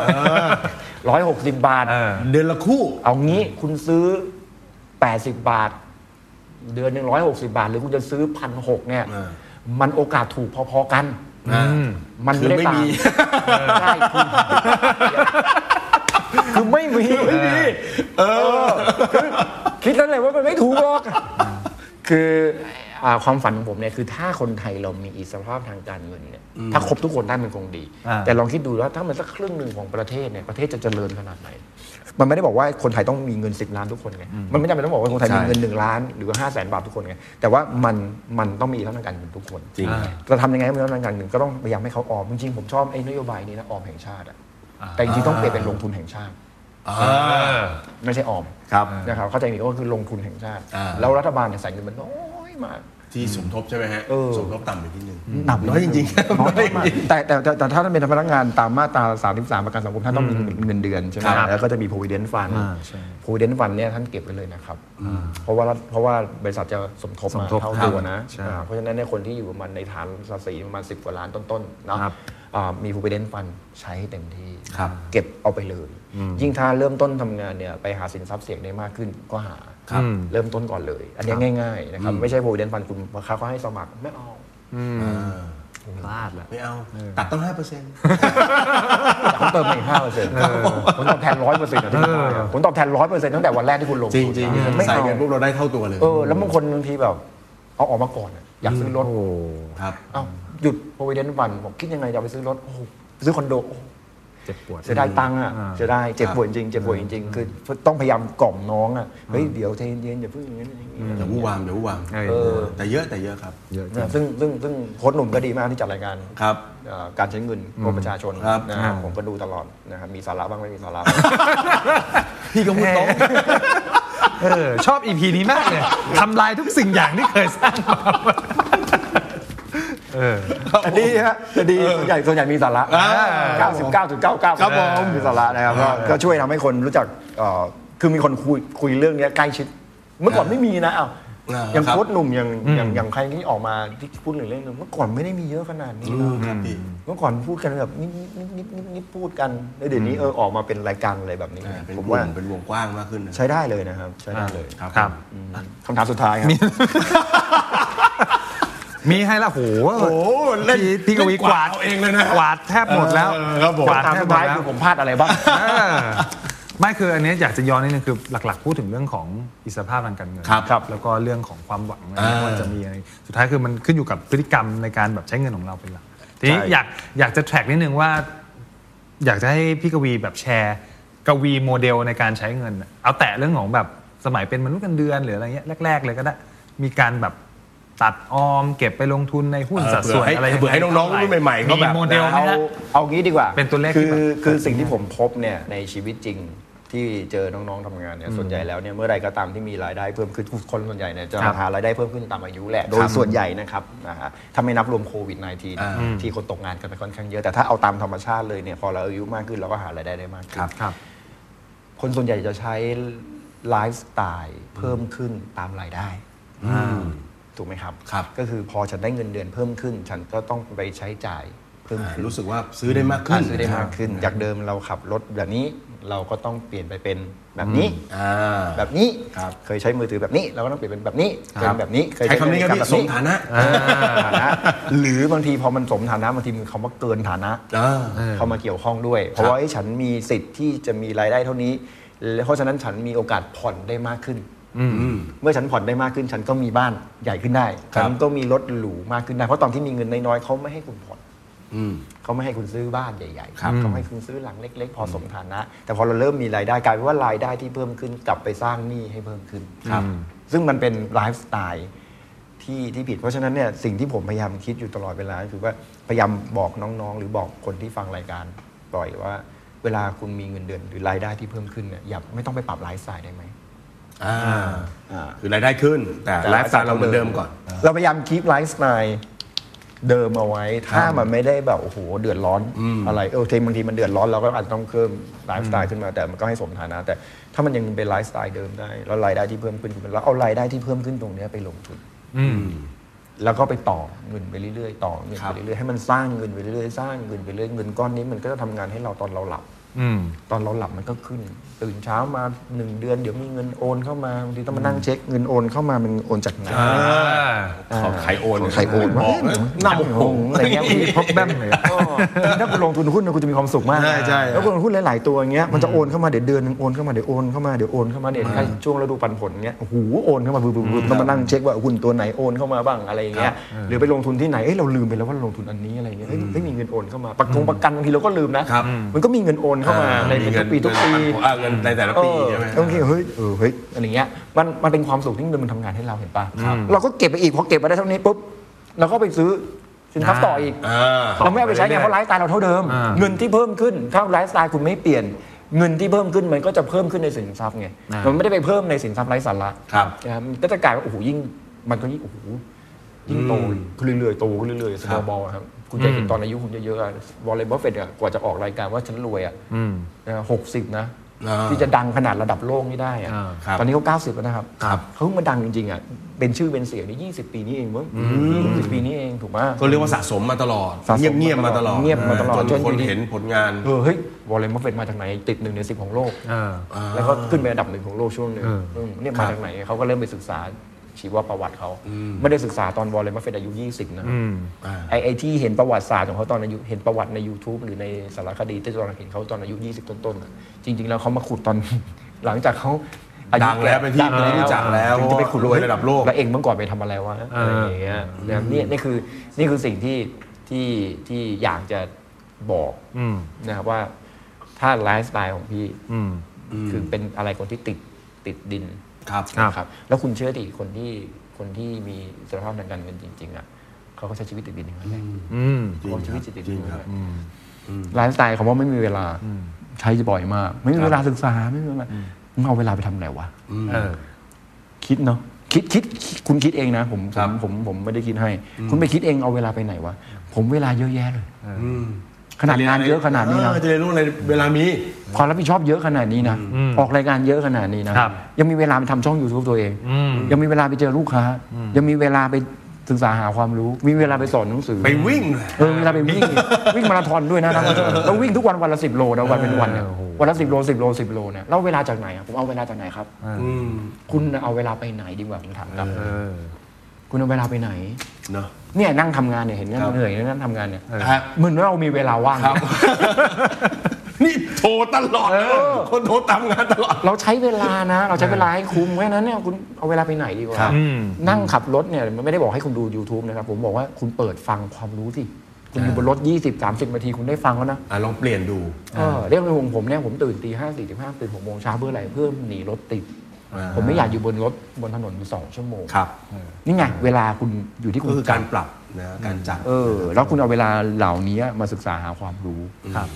S5: ร้อยหกสิบบาท
S3: เออ
S4: เดือนละคู่
S5: เอางี้คุณซื้อ 80 บาท เดือนหนึ่งร้อยหกสิบาท หรือคุณจะซื้อพันหกเนี่ย
S4: เออ
S5: มันโอกาสถูกพอๆกัน
S4: อ่า
S5: มันไม่
S4: คื
S5: ได้
S4: อไม่
S5: ต่าง
S4: มี
S5: ใช่ *laughs* คือคือไม่มีไม่มีเออคือคิดแล้วเลยว่ามันไม่ถูกหรอก คืออ่าความฝันของผมเนี่ยคือถ้าคนไทยเรามีอิสรภาพทางการเงินเนี่ยถ้าครบทุกคนได้มันคงดี
S3: อ่า
S5: แต่ลองคิดดูแล้วถ้ามันสักครึ่งหนึ่งของประเทศเนี่ยประเทศจะเจริญขนาดไหน มันไม่ได้บอกว่าคนไทยต้องมีเงิน 10 ล้านทุกคนไงมันไม่จำเป็นต้องบอกว่าคนไทยมีเงินหนึ่งล้านหรือว่าห้าแสนบาททุกคนไงแต่ว่ามันมันต้องมีอิสรภาพทางการเงินทุกคน
S4: จริง
S5: จะทำยังไงให้มันลดการเงินก็ต้องพยายามให้เขาออมจริงๆ ผมชอบไอ้นโยบายนี้นะออมแห่งชาติอะแต่จริงๆ ต้องเปลี่ยนเป็นลงทุนแห่งชาติ ไม่ใช่ออม
S4: ครับ
S5: นะครับเข้าใจนี้ก็คือลงทุนแห่งชาติ
S4: อ่า
S5: แล้วรัฐบาลเนี่ยใส่เงินมันน้อยมาก
S4: ที่สมทบใช่ไหมฮะ
S5: เออ
S4: สมทบต่ำไปนิดนึง
S5: ต่ำ
S4: น้อยจริงๆ
S5: น้อยมากแต่แต่แต่แต่ถ้าท่านเป็นพนักงานตามมาตรา 33 ประกันสังคมท่านต้องมีเงินเดือนใช่ไหม
S3: ครับ
S5: แล้วก็จะมี provident fund provident fund เนี่ยท่านเก็บไว้เลยนะครับ เพราะว่าเพราะว่าบริษัทจะสมทบ
S3: สม
S5: มา
S3: ทบ
S5: เท่า
S3: ครับ
S5: ตัวนะ
S3: ใช่
S5: อ่าเพราะฉะนั้นเนี่ยคนที่อยู่ประมาณในฐานภาษีประมาณ 10 กว่าล้านต้นๆเนาะ
S3: ครับ
S5: อ่ามี provident fund ใช้ให้เต็มที่
S4: ครับ
S5: เก็บเอาไปเลย ยิ่งถ้าเริ่มต้นทำงานเนี่ยไปหาสินทรัพย์เสี่ยงได้มากขึ้นก็หา
S4: ครับ
S5: เริ่มต้นก่อนเลย อันเนี้ยง่ายๆนะครับไม่ใช่ provident fund คุณบางครั้งเขาให้สมัครไม่เอา
S6: พลาดแหละ
S4: ไม่เอา ตัดต้องห้าเปอร์เซ็นต์
S5: แต่เขาเติมมาอีกห้าเปอร์เซ็นต์ผลตอบแทนร้อยเปอร์เซ็นต์ที่คุณได้อะผลตอบแทนร้อยเปอร์เซ็นต์ตั้งแต่วันแรกที่คุณลง
S4: จริง
S5: ทุน
S4: จริง
S5: อะไม่
S4: ใส่
S5: เอา
S4: เงินปุ๊บเราได้เท่าตัวเลย
S5: เออแล้วบางคนบางทีแบบ เอาออกมาก่อนอะอยากซื้อรถ
S4: ครับ
S5: เอ้าหยุด provident fund บอกคิดยังไงจะเอาไปซื้อรถโอ้โหซื้อคอนโดโอ้โห
S6: เจ็บปวด
S5: เสียดายตังค์อ่ะเสียดายเจ็บปวดจริงเจ็บปวดจริงๆคือต้องพยายามกล่อมน้องอ่ะเฮ้ยเดี๋ยวใจเย็นๆอย่าเพิ่งอย่างนั้นอย่างนี้
S4: อย่าวู่วามอย่าวู่วาม
S3: เออ
S5: เออ
S4: แต่เยอะแต่เยอะครับ
S6: เยอะจริง
S5: เนี่ยซึ่งซึ่งซึ่งโค้ชหนุ่มก็ดีมากที่จัดรายการ
S4: ครับ
S5: เอ่อการใช้เงินของประชาชน
S4: ครับ
S5: นะฮะผมก็ดูตลอดนะครับมีสาระบ้างไม่มีสาระ
S4: พี่ก็พูดตรง
S3: เออชอบอีพีนี้มากเลยทำลายทุกสิ่งอย่างที่เคยสร้างมาเออ
S5: แต่ดีฮะแต่ดีส่วนใหญ่ส่วนใหญ่มีสาระ99.99
S4: ครับผม
S5: มีสาระนะครับก็ก็ช่วยทำให้คนรู้จักเอ่อคือมีคนคุยคุยเรื่องเนี้ยใกล้ชิด เมื่อก่อนไม่มีนะอ้าว
S4: เออ
S5: อย่าง
S4: ครับ
S5: โค้ชหนุ่มอย่างอย่างอย่างใครที่ออกมาที่พูดถึงเรื่องนึงเมื่อก่อนไม่ได้มีเยอะขนาดนี้
S4: อื
S5: นะ
S4: มครับพี่
S5: เมื่อก่อนพูดกันแบบนิดนิดนิดนิดนิดพูดกันแล้วเดี๋ยวนี้เออออกมาเป็นรายการอะไรแบบนี้
S4: อ่าเป็น
S5: ผม
S4: ว
S5: ว่าง
S4: เป็นวงกว้างมากขึ้นนะ
S5: ใช้ได้เลยนะครับ ใช้ได้เลย
S4: ครับ
S3: ครับ
S5: อืมคำถามสุดท้ายครับ
S3: มีให้ละโห
S4: โอ้เล่น
S3: พี่พี่กวีกวาด
S4: เอเองเลยนะ
S3: กวาดแทบหมดแล้ว
S4: เออครับผม
S3: กวาด
S5: ถาม
S3: แทบ
S5: สุด
S3: หมด
S5: ท้าย
S3: แล้ว
S5: คือผมพลาดอะไรบ้าง
S3: เออไม่คืออันเนี้ยอยากจะย้อนนิดนึงคือหลักๆ พูดถึงเรื่องของอิสรภาพทางการเงิน
S4: ครับครับ
S3: แล้วก็เรื่องของความหวังอะไร
S4: อ่า
S3: ว่าจะมีอะไรสุดท้ายคือมันขึ้นอยู่กับพฤติกรรมในการแบบใช้เงินของเราเป็นหลักทีนี้
S5: ใช่
S3: อยากอยากจะแทร็กนิดนึงว่า อยากจะให้พี่กวีแบบแชร์ กวีโมเดลในการใช้เงินน่ะเอาแต่เรื่องของแบบสมัยเป็นมนุษย์เงินเดือนหรืออะไรเงี้ยแรก ๆ เลยก็ได้มีการแบบตัดออม เก็บไปลงทุนในหุ้น
S4: เออ
S3: สัดส่วน
S4: เผื่อให้
S3: อะไร
S4: เผื่อให้น้องๆรุ่นใหม่ๆเขาแบบ
S3: โมเดลไหม
S5: เอา
S3: ฮะ
S5: เอางี้ดีกว่า
S3: เป็นตัวเลขที่
S5: คือ
S3: แบบ
S5: คือสิ่งที่ผมพบเนี่ยในชีวิตจริงที่เจอน้องๆทำงานเนี่ยส่วนใหญ่แล้วเนี่ยเมื่อใดก็ตามที่มีรายได้เพิ่มขึ้นคนส่วนใหญ่เนี่ยจะ
S3: ครับ
S5: หารายได้เพิ่มขึ้นตามอายุแหละโด
S3: ครั
S5: ย
S3: บ
S5: ส่วนใหญ่นะครับนะฮะถ้าไม่นับรวมโควิด -19 ที่คนตกงานกันไปค่อนข้างเยอะแต่ถ้าเอาตามธรรมชาติเลยเนี่ยพอเราอายุมากขึ้นเราก็หารายได้ได้มากขึ้น
S3: ครับครับ
S5: คนส่วนใหญ่จะใช้ไลฟ์สไตล์เพิ่มขึ้นตามรายได้
S3: อ่า
S5: ถูกไหมครับ
S4: ครับ
S5: ก็คือพอฉันได้เงินเดือนเพิ่มขึ้น ฉันก็ต้องไปใช้จ่ายเพิ่ม
S4: อ่า
S5: ขึ้น
S4: รู้สึกว่าซื้อได้มากขึ้น
S5: อ่าซื้อได้มากขึ้น จากเดิมเราขับรถแบบนี้เราก็ต้องเปลี่ยนไปเป็นแบบนี้
S4: อ่า
S5: แบบนี้
S4: ครับ
S5: เคยใช้มือถือแบบนี้ เราก็ต้องเปลี่ยนเป็นแบบนี้
S4: ครับ
S5: เป็นแบบนี้เย
S4: ใช้คำนี้ครับ
S5: พฤติกร
S4: พี่
S5: รแบบ
S4: สมฐานะ
S5: อ่าฐานะ หรือบางทีพอมันสมฐานะบางทีมันคำว่าเกินฐานะ
S4: อ่า
S5: เข้ามาเกี่ยวข้องด้วย เพราะว่าเอ้ยฉันมีสิทธิ์ที่จะมีรายได้เท่านี้และเพราะฉะนั้นฉันมีโอกาสผ่อนได้มากขึ้น เมื่อฉันผ่อนได้มากขึ้น ฉันก็มีบ้านใหญ่ขึ้นได้
S4: ครับ
S5: ฉันก็มีรถหรูมากขึ้นได้ เพราะตอนที่มีเงินน้อยๆเขาไม่ให้คุณผ่อน
S4: อืม
S5: เขาไม่ให้คุณซื้อบ้านใหญ่ๆ
S4: ครับ
S5: เขาให้คุณซื้อหลังเล็ก ๆ พอสมฐานะ แต่พอเราเริ่มมีรายได้กลายเป็นว่ารายได้ที่เพิ่มขึ้นกลับไปสร้างหนี้ให้เพิ่มขึ้น
S4: ครับ
S5: ซึ่งมันเป็นไลฟ์สไตล์ที่ที่ผิด เพราะฉะนั้นเนี่ยสิ่งที่ผมพยายามคิดอยู่ตลอดเวลาก็คือว่าพยายามบอกน้องๆ หรือบอกคนที่ฟังรายการบ่อยว่า เวลาคุณมีเงินเดือนหรือรายได้ที่เพิ่มขึ้นเนี่ยอย่าไม่ต้องไปปรับไลฟ์สไตล์ได้ไหม
S4: อ่า
S5: อ่า
S4: คือรายได้ขึ้น แต่ไลฟ์สไตล์เราเหมือนเดิมก่อน
S5: เราพยายามคีปไลฟ์สไตล์เดิมเอาไว้ ถ้ามันไม่ได้แบบโอ้โหเดือดร้อนอะไรเออทีบางทีมันเดือดร้อนเราก็อาจจะต้องเพิ่มไลฟ์สไตล์ขึ้นมาแต่มันก็ให้สมฐานะ แต่ถ้ามันยังเป็นไลฟ์สไตล์เดิมได้แล้วรายได้ที่เพิ่มขึ้นเราเอารายได้ที่เพิ่มขึ้นตรงเนี้ยไปลงทุน
S3: อืม
S5: แล้วก็ไปต่อเงินไปเรื่อยๆ ต่อเงิน
S4: ครั
S5: ไป
S4: บ
S5: เรื่อยๆ ให้มันสร้างเงินไปเรื่อยๆ สร้างเงินไปเรื่อยเงินก้อนนี้มันก็จะทำงานให้เราตอนเราหลับ
S3: อืม
S5: ตอนเราหลับมันก็ขึ้น ตื่นเช้ามาหนึ่งเดือนเดี๋ยวมีเงินโอนเข้ามาบางทีต้องมานั่งเช็คเงินโอนเข้ามามันโอนจากไหน
S4: ของใครโอน
S5: ของใครโอน
S4: บ
S5: วะ
S4: อกนะ
S5: หน้าโมโหอะไรเงี้ยบางทีพบแบมเลยถ้าคุณลงทุนหุ้นนะคุณจะมีความสุขมาก
S4: ใช่ใช่
S5: แล้วคุณลงทุนหลายๆตัวอย่างเงี้ยมันจะโอนเข้ามาเดี๋ยวเดือนหนึงโอนเข้ามาเดี๋ยวโอนเข้ามาเดี๋ยวโอนเข้ามาเดี๋ยวใกล้ช่วงฤดูปันผลเงี้ยโอ้โหโอนเข้ามาบึบๆต้องมานั่งเช็คว่าหุ้นตัวไหนโอนเข้ามาบ้างอะไรอย่างเงี้ยหรือไปลงทุนที่ไหนเอ้ยเราลืมไปแล้วว่าเราลงทุนอันนี้อะไรเงี้ยเอ้ยไม่มีเงินโอนเข้ามาประกงประกันบางทีเราก็ลืมนะครับ มันก็มีเงินโอนเข้ามาในทุกปีทุกปี
S4: อ่าเงินในแต่ละปีใช่ไหม
S5: เออต้องคิดว่าเฮ้ยเออเฮ้ยอะไรเงี้ยมันมันเป็นความสุขที่เงินมันทำงานให้เราเห็นป่ะเราก็เก็บไปอีกพอเก็บไปได้เท่านี้ปุ๊บเราก็ไปซื้อสินค้าต่ออีก
S4: อ่า
S5: เราไม่เอาไปใช้ไงเพราะไลฟ์สไตล์เราเท่าเดิม เงินที่เพิ่มขึ้นถ้าไลฟ์สไตล์คุณไม่เปลี่ยน เงินที่เพิ่มขึ้นมันก็จะเพิ่มขึ้นในสินทรัพย์ไงมันไม่ได้ไปเพิ่มในสินทรัพย์ไร้สาระ
S4: ครับ
S5: นะมันก็จะกลายว่าโอ้โหยิ่งมันก็ยิ่งโอ้โหยิ่งโตเรื่อยๆโตเรื่อยๆสโนว์บอลครับคุณจะเห็นตอนอายุคุณเยอะๆอะวอลเลย์บอลเฟตกว่าจะออกรายการว่าฉันรวยอะ
S3: อืม
S5: หกสิบนะ
S4: อ่า
S5: ที่จะดังขนาดระดับโลกนี่ได้อะ
S6: อ่า
S4: ครับ
S5: ตอนนี้เขา90 แล้วนะครับ
S4: ครับ
S5: เขาเพิ่งมาดังจริงๆอ่ะเป็นชื่อเป็นเสียงใน20 ปีนี้เองมั้งสิปีนี้เองถูกไหม
S4: ก็เรียกว่าสะสมมาตลอด
S5: สะสม
S4: เงียบเงียบๆมาตลอด
S5: เงียบมาตลอด
S4: จน
S5: จน
S4: คน
S5: อยู่ดี
S4: เห็นผลงาน
S5: เออเฮ้ยวอลเลนบัฟเฟตมาจากไหนติดหนึ่งในสิบของโลก
S6: เออ
S5: แล้วก็ขึ้นไปอันดับหนึ่งของโลกช่วงหนึ่ง
S6: เออ
S5: เออเนี่ย
S4: ครั
S5: มา
S4: บ
S5: จากไหนเขาก็เริ่มไปศึกษาชีวประวัติเขา ไม่ได้ศึกษาตอนวอลเลนบัฟเฟตอายุ 20 นะ
S4: อ่า
S5: ไอ้ไอ้ที่เห็นประวัติศาสตร์ของเขาตอนอายุเห็นประวัติใน YouTube หรือในสารคดีที่ตอนเห็นเขาตอนอายุ 20 ต้นๆน่ะจริง ๆ แล้วเขามาขุดตอน *laughs* หลังจากเขาอายุ
S4: ดังแล้วเป็นที่
S5: ดังแล้ว
S4: รู้จักแล้ว
S5: ถึงจะไปขุด
S4: รวยระดับโลก
S5: แล้วเองเมื่อก่อนไปทำอะไรวะอะไรอย่างเงี้ยนะเนี่ยนี่คือนี่คือสิ่งที่ที่ที่อยากจะบอก
S6: อืม
S5: นะครับว่าถ้าไลฟ์สไตล์ของพี่
S6: อืม
S5: คือเป็นอะไรคนที่ติดติดดิน
S4: ครับ
S5: นะครับแล้วคุณเชื่อดิคนที่คนที่มีสภาพทางการเงินจริงๆอ่ะเขาก็ใช้ชีวิตติดดินอย่างนั้นแหละ
S6: อืม
S4: จริง
S5: เขา
S4: ค
S5: ชี
S4: รั
S5: วิต
S4: บ
S5: ติด
S4: จ
S5: ดิ
S4: ริง
S5: นอย่า
S4: ค
S5: ง
S4: รับ
S5: นั้นแหละไลฟ์สไตล์เขาว่าไม่มีเวลาใช้บ่อยมาก ไม่มีเวลาศึกษาไม่มีเวลามึงเอาเวลาไปทำอะไรวะ
S6: เออ
S5: คิดเนาะคิดคิดคุณคิดเองนะผม
S4: ค
S5: ผ
S4: รั
S5: ม
S4: บ
S5: ผมผมไม่ได้คิดให้ คุณไปคิดเองเอาเวลาไปไหนวะผมเวลาเยอะแยะเลย ขนาดงานเยอะขนาดนี้นะ
S4: เออจะเรียนรู้อะไรเวลามี
S5: ความรับผิดชอบเยอะขนาดนี้นะ ออกรายการเยอะขนาดนี้นะ
S6: ครับ
S5: ยังมีเวลาไปทำช่อง YouTube ตัวเอง ยังมีเวลาไปเจอลูกค้า ยังมีเวลาไปศึกษาหาความรู้ มีเวลาไปสอนหนังสือ
S4: ไปวิ่งด้วย
S5: เออมีเวลาไปวิ่งอีกวิ่งมาราธอนด้วยนะแล้ววิ่งทุกวันวันละสิบโลนะวันเป็นวันเนี่ย
S6: เออโอ้โห
S5: วันละสิบโลสิบโลสิบโลเนี่ยแล้วเวลาจากไหนอะผมเอาเวลาจากไหนครับ
S4: อืม
S5: คุณเอาเวลาไปไหนดีกว่าผมถามกลับ
S6: เออ
S5: คุณเอาเวลาไปไหน
S4: เนาะ
S5: เนี่ยนั่งทำงานเนี่ยเห็นนั่ง
S4: ครับ
S5: เหนื่อยนั่งทำงานเนี่ย
S4: ครับ
S5: เหมือนว่าเรามีเวลาว่าง
S4: ครับ นี่โทรตลอด
S5: อ
S4: คนโทรตามงานตลอด
S5: เราใช้เวลานะ เราใช้เวลาให้คุ้มเพราะฉะนั้นเนี่ยคุณเอาเวลาไปไหนดีกว่า
S4: ครับ
S5: นั่งขับรถเนี่ยไม่ได้บอกให้คุณดู YouTube นะครับ ผมบอกว่าคุณเปิดฟังความรู้สิ คุณอยู่บนรถ 20 30นาทีคุณได้ฟังแล้วนะ
S4: อ่ะลองเปลี่ยนดู
S5: เออเรื่องในวงผมเนี่ยผมตื่นตีห้าสี่สิบห้าตื่นหกโมงเช้าเพื่ออะไรเพื่อหนีรถติด
S4: อ่า
S5: ผมไม่อยากอยู่บนรถบนถนนอยู่สองชั่วโมง
S4: ครับ
S5: นี่ไงเวลาคุณอยู่ที่คุ
S4: ก็
S5: ณ
S4: คือการปรับนะการจัด
S5: เออ แล้วคุณเอาเวลาเหล่านี้มาศึกษาหาความรู้ครับ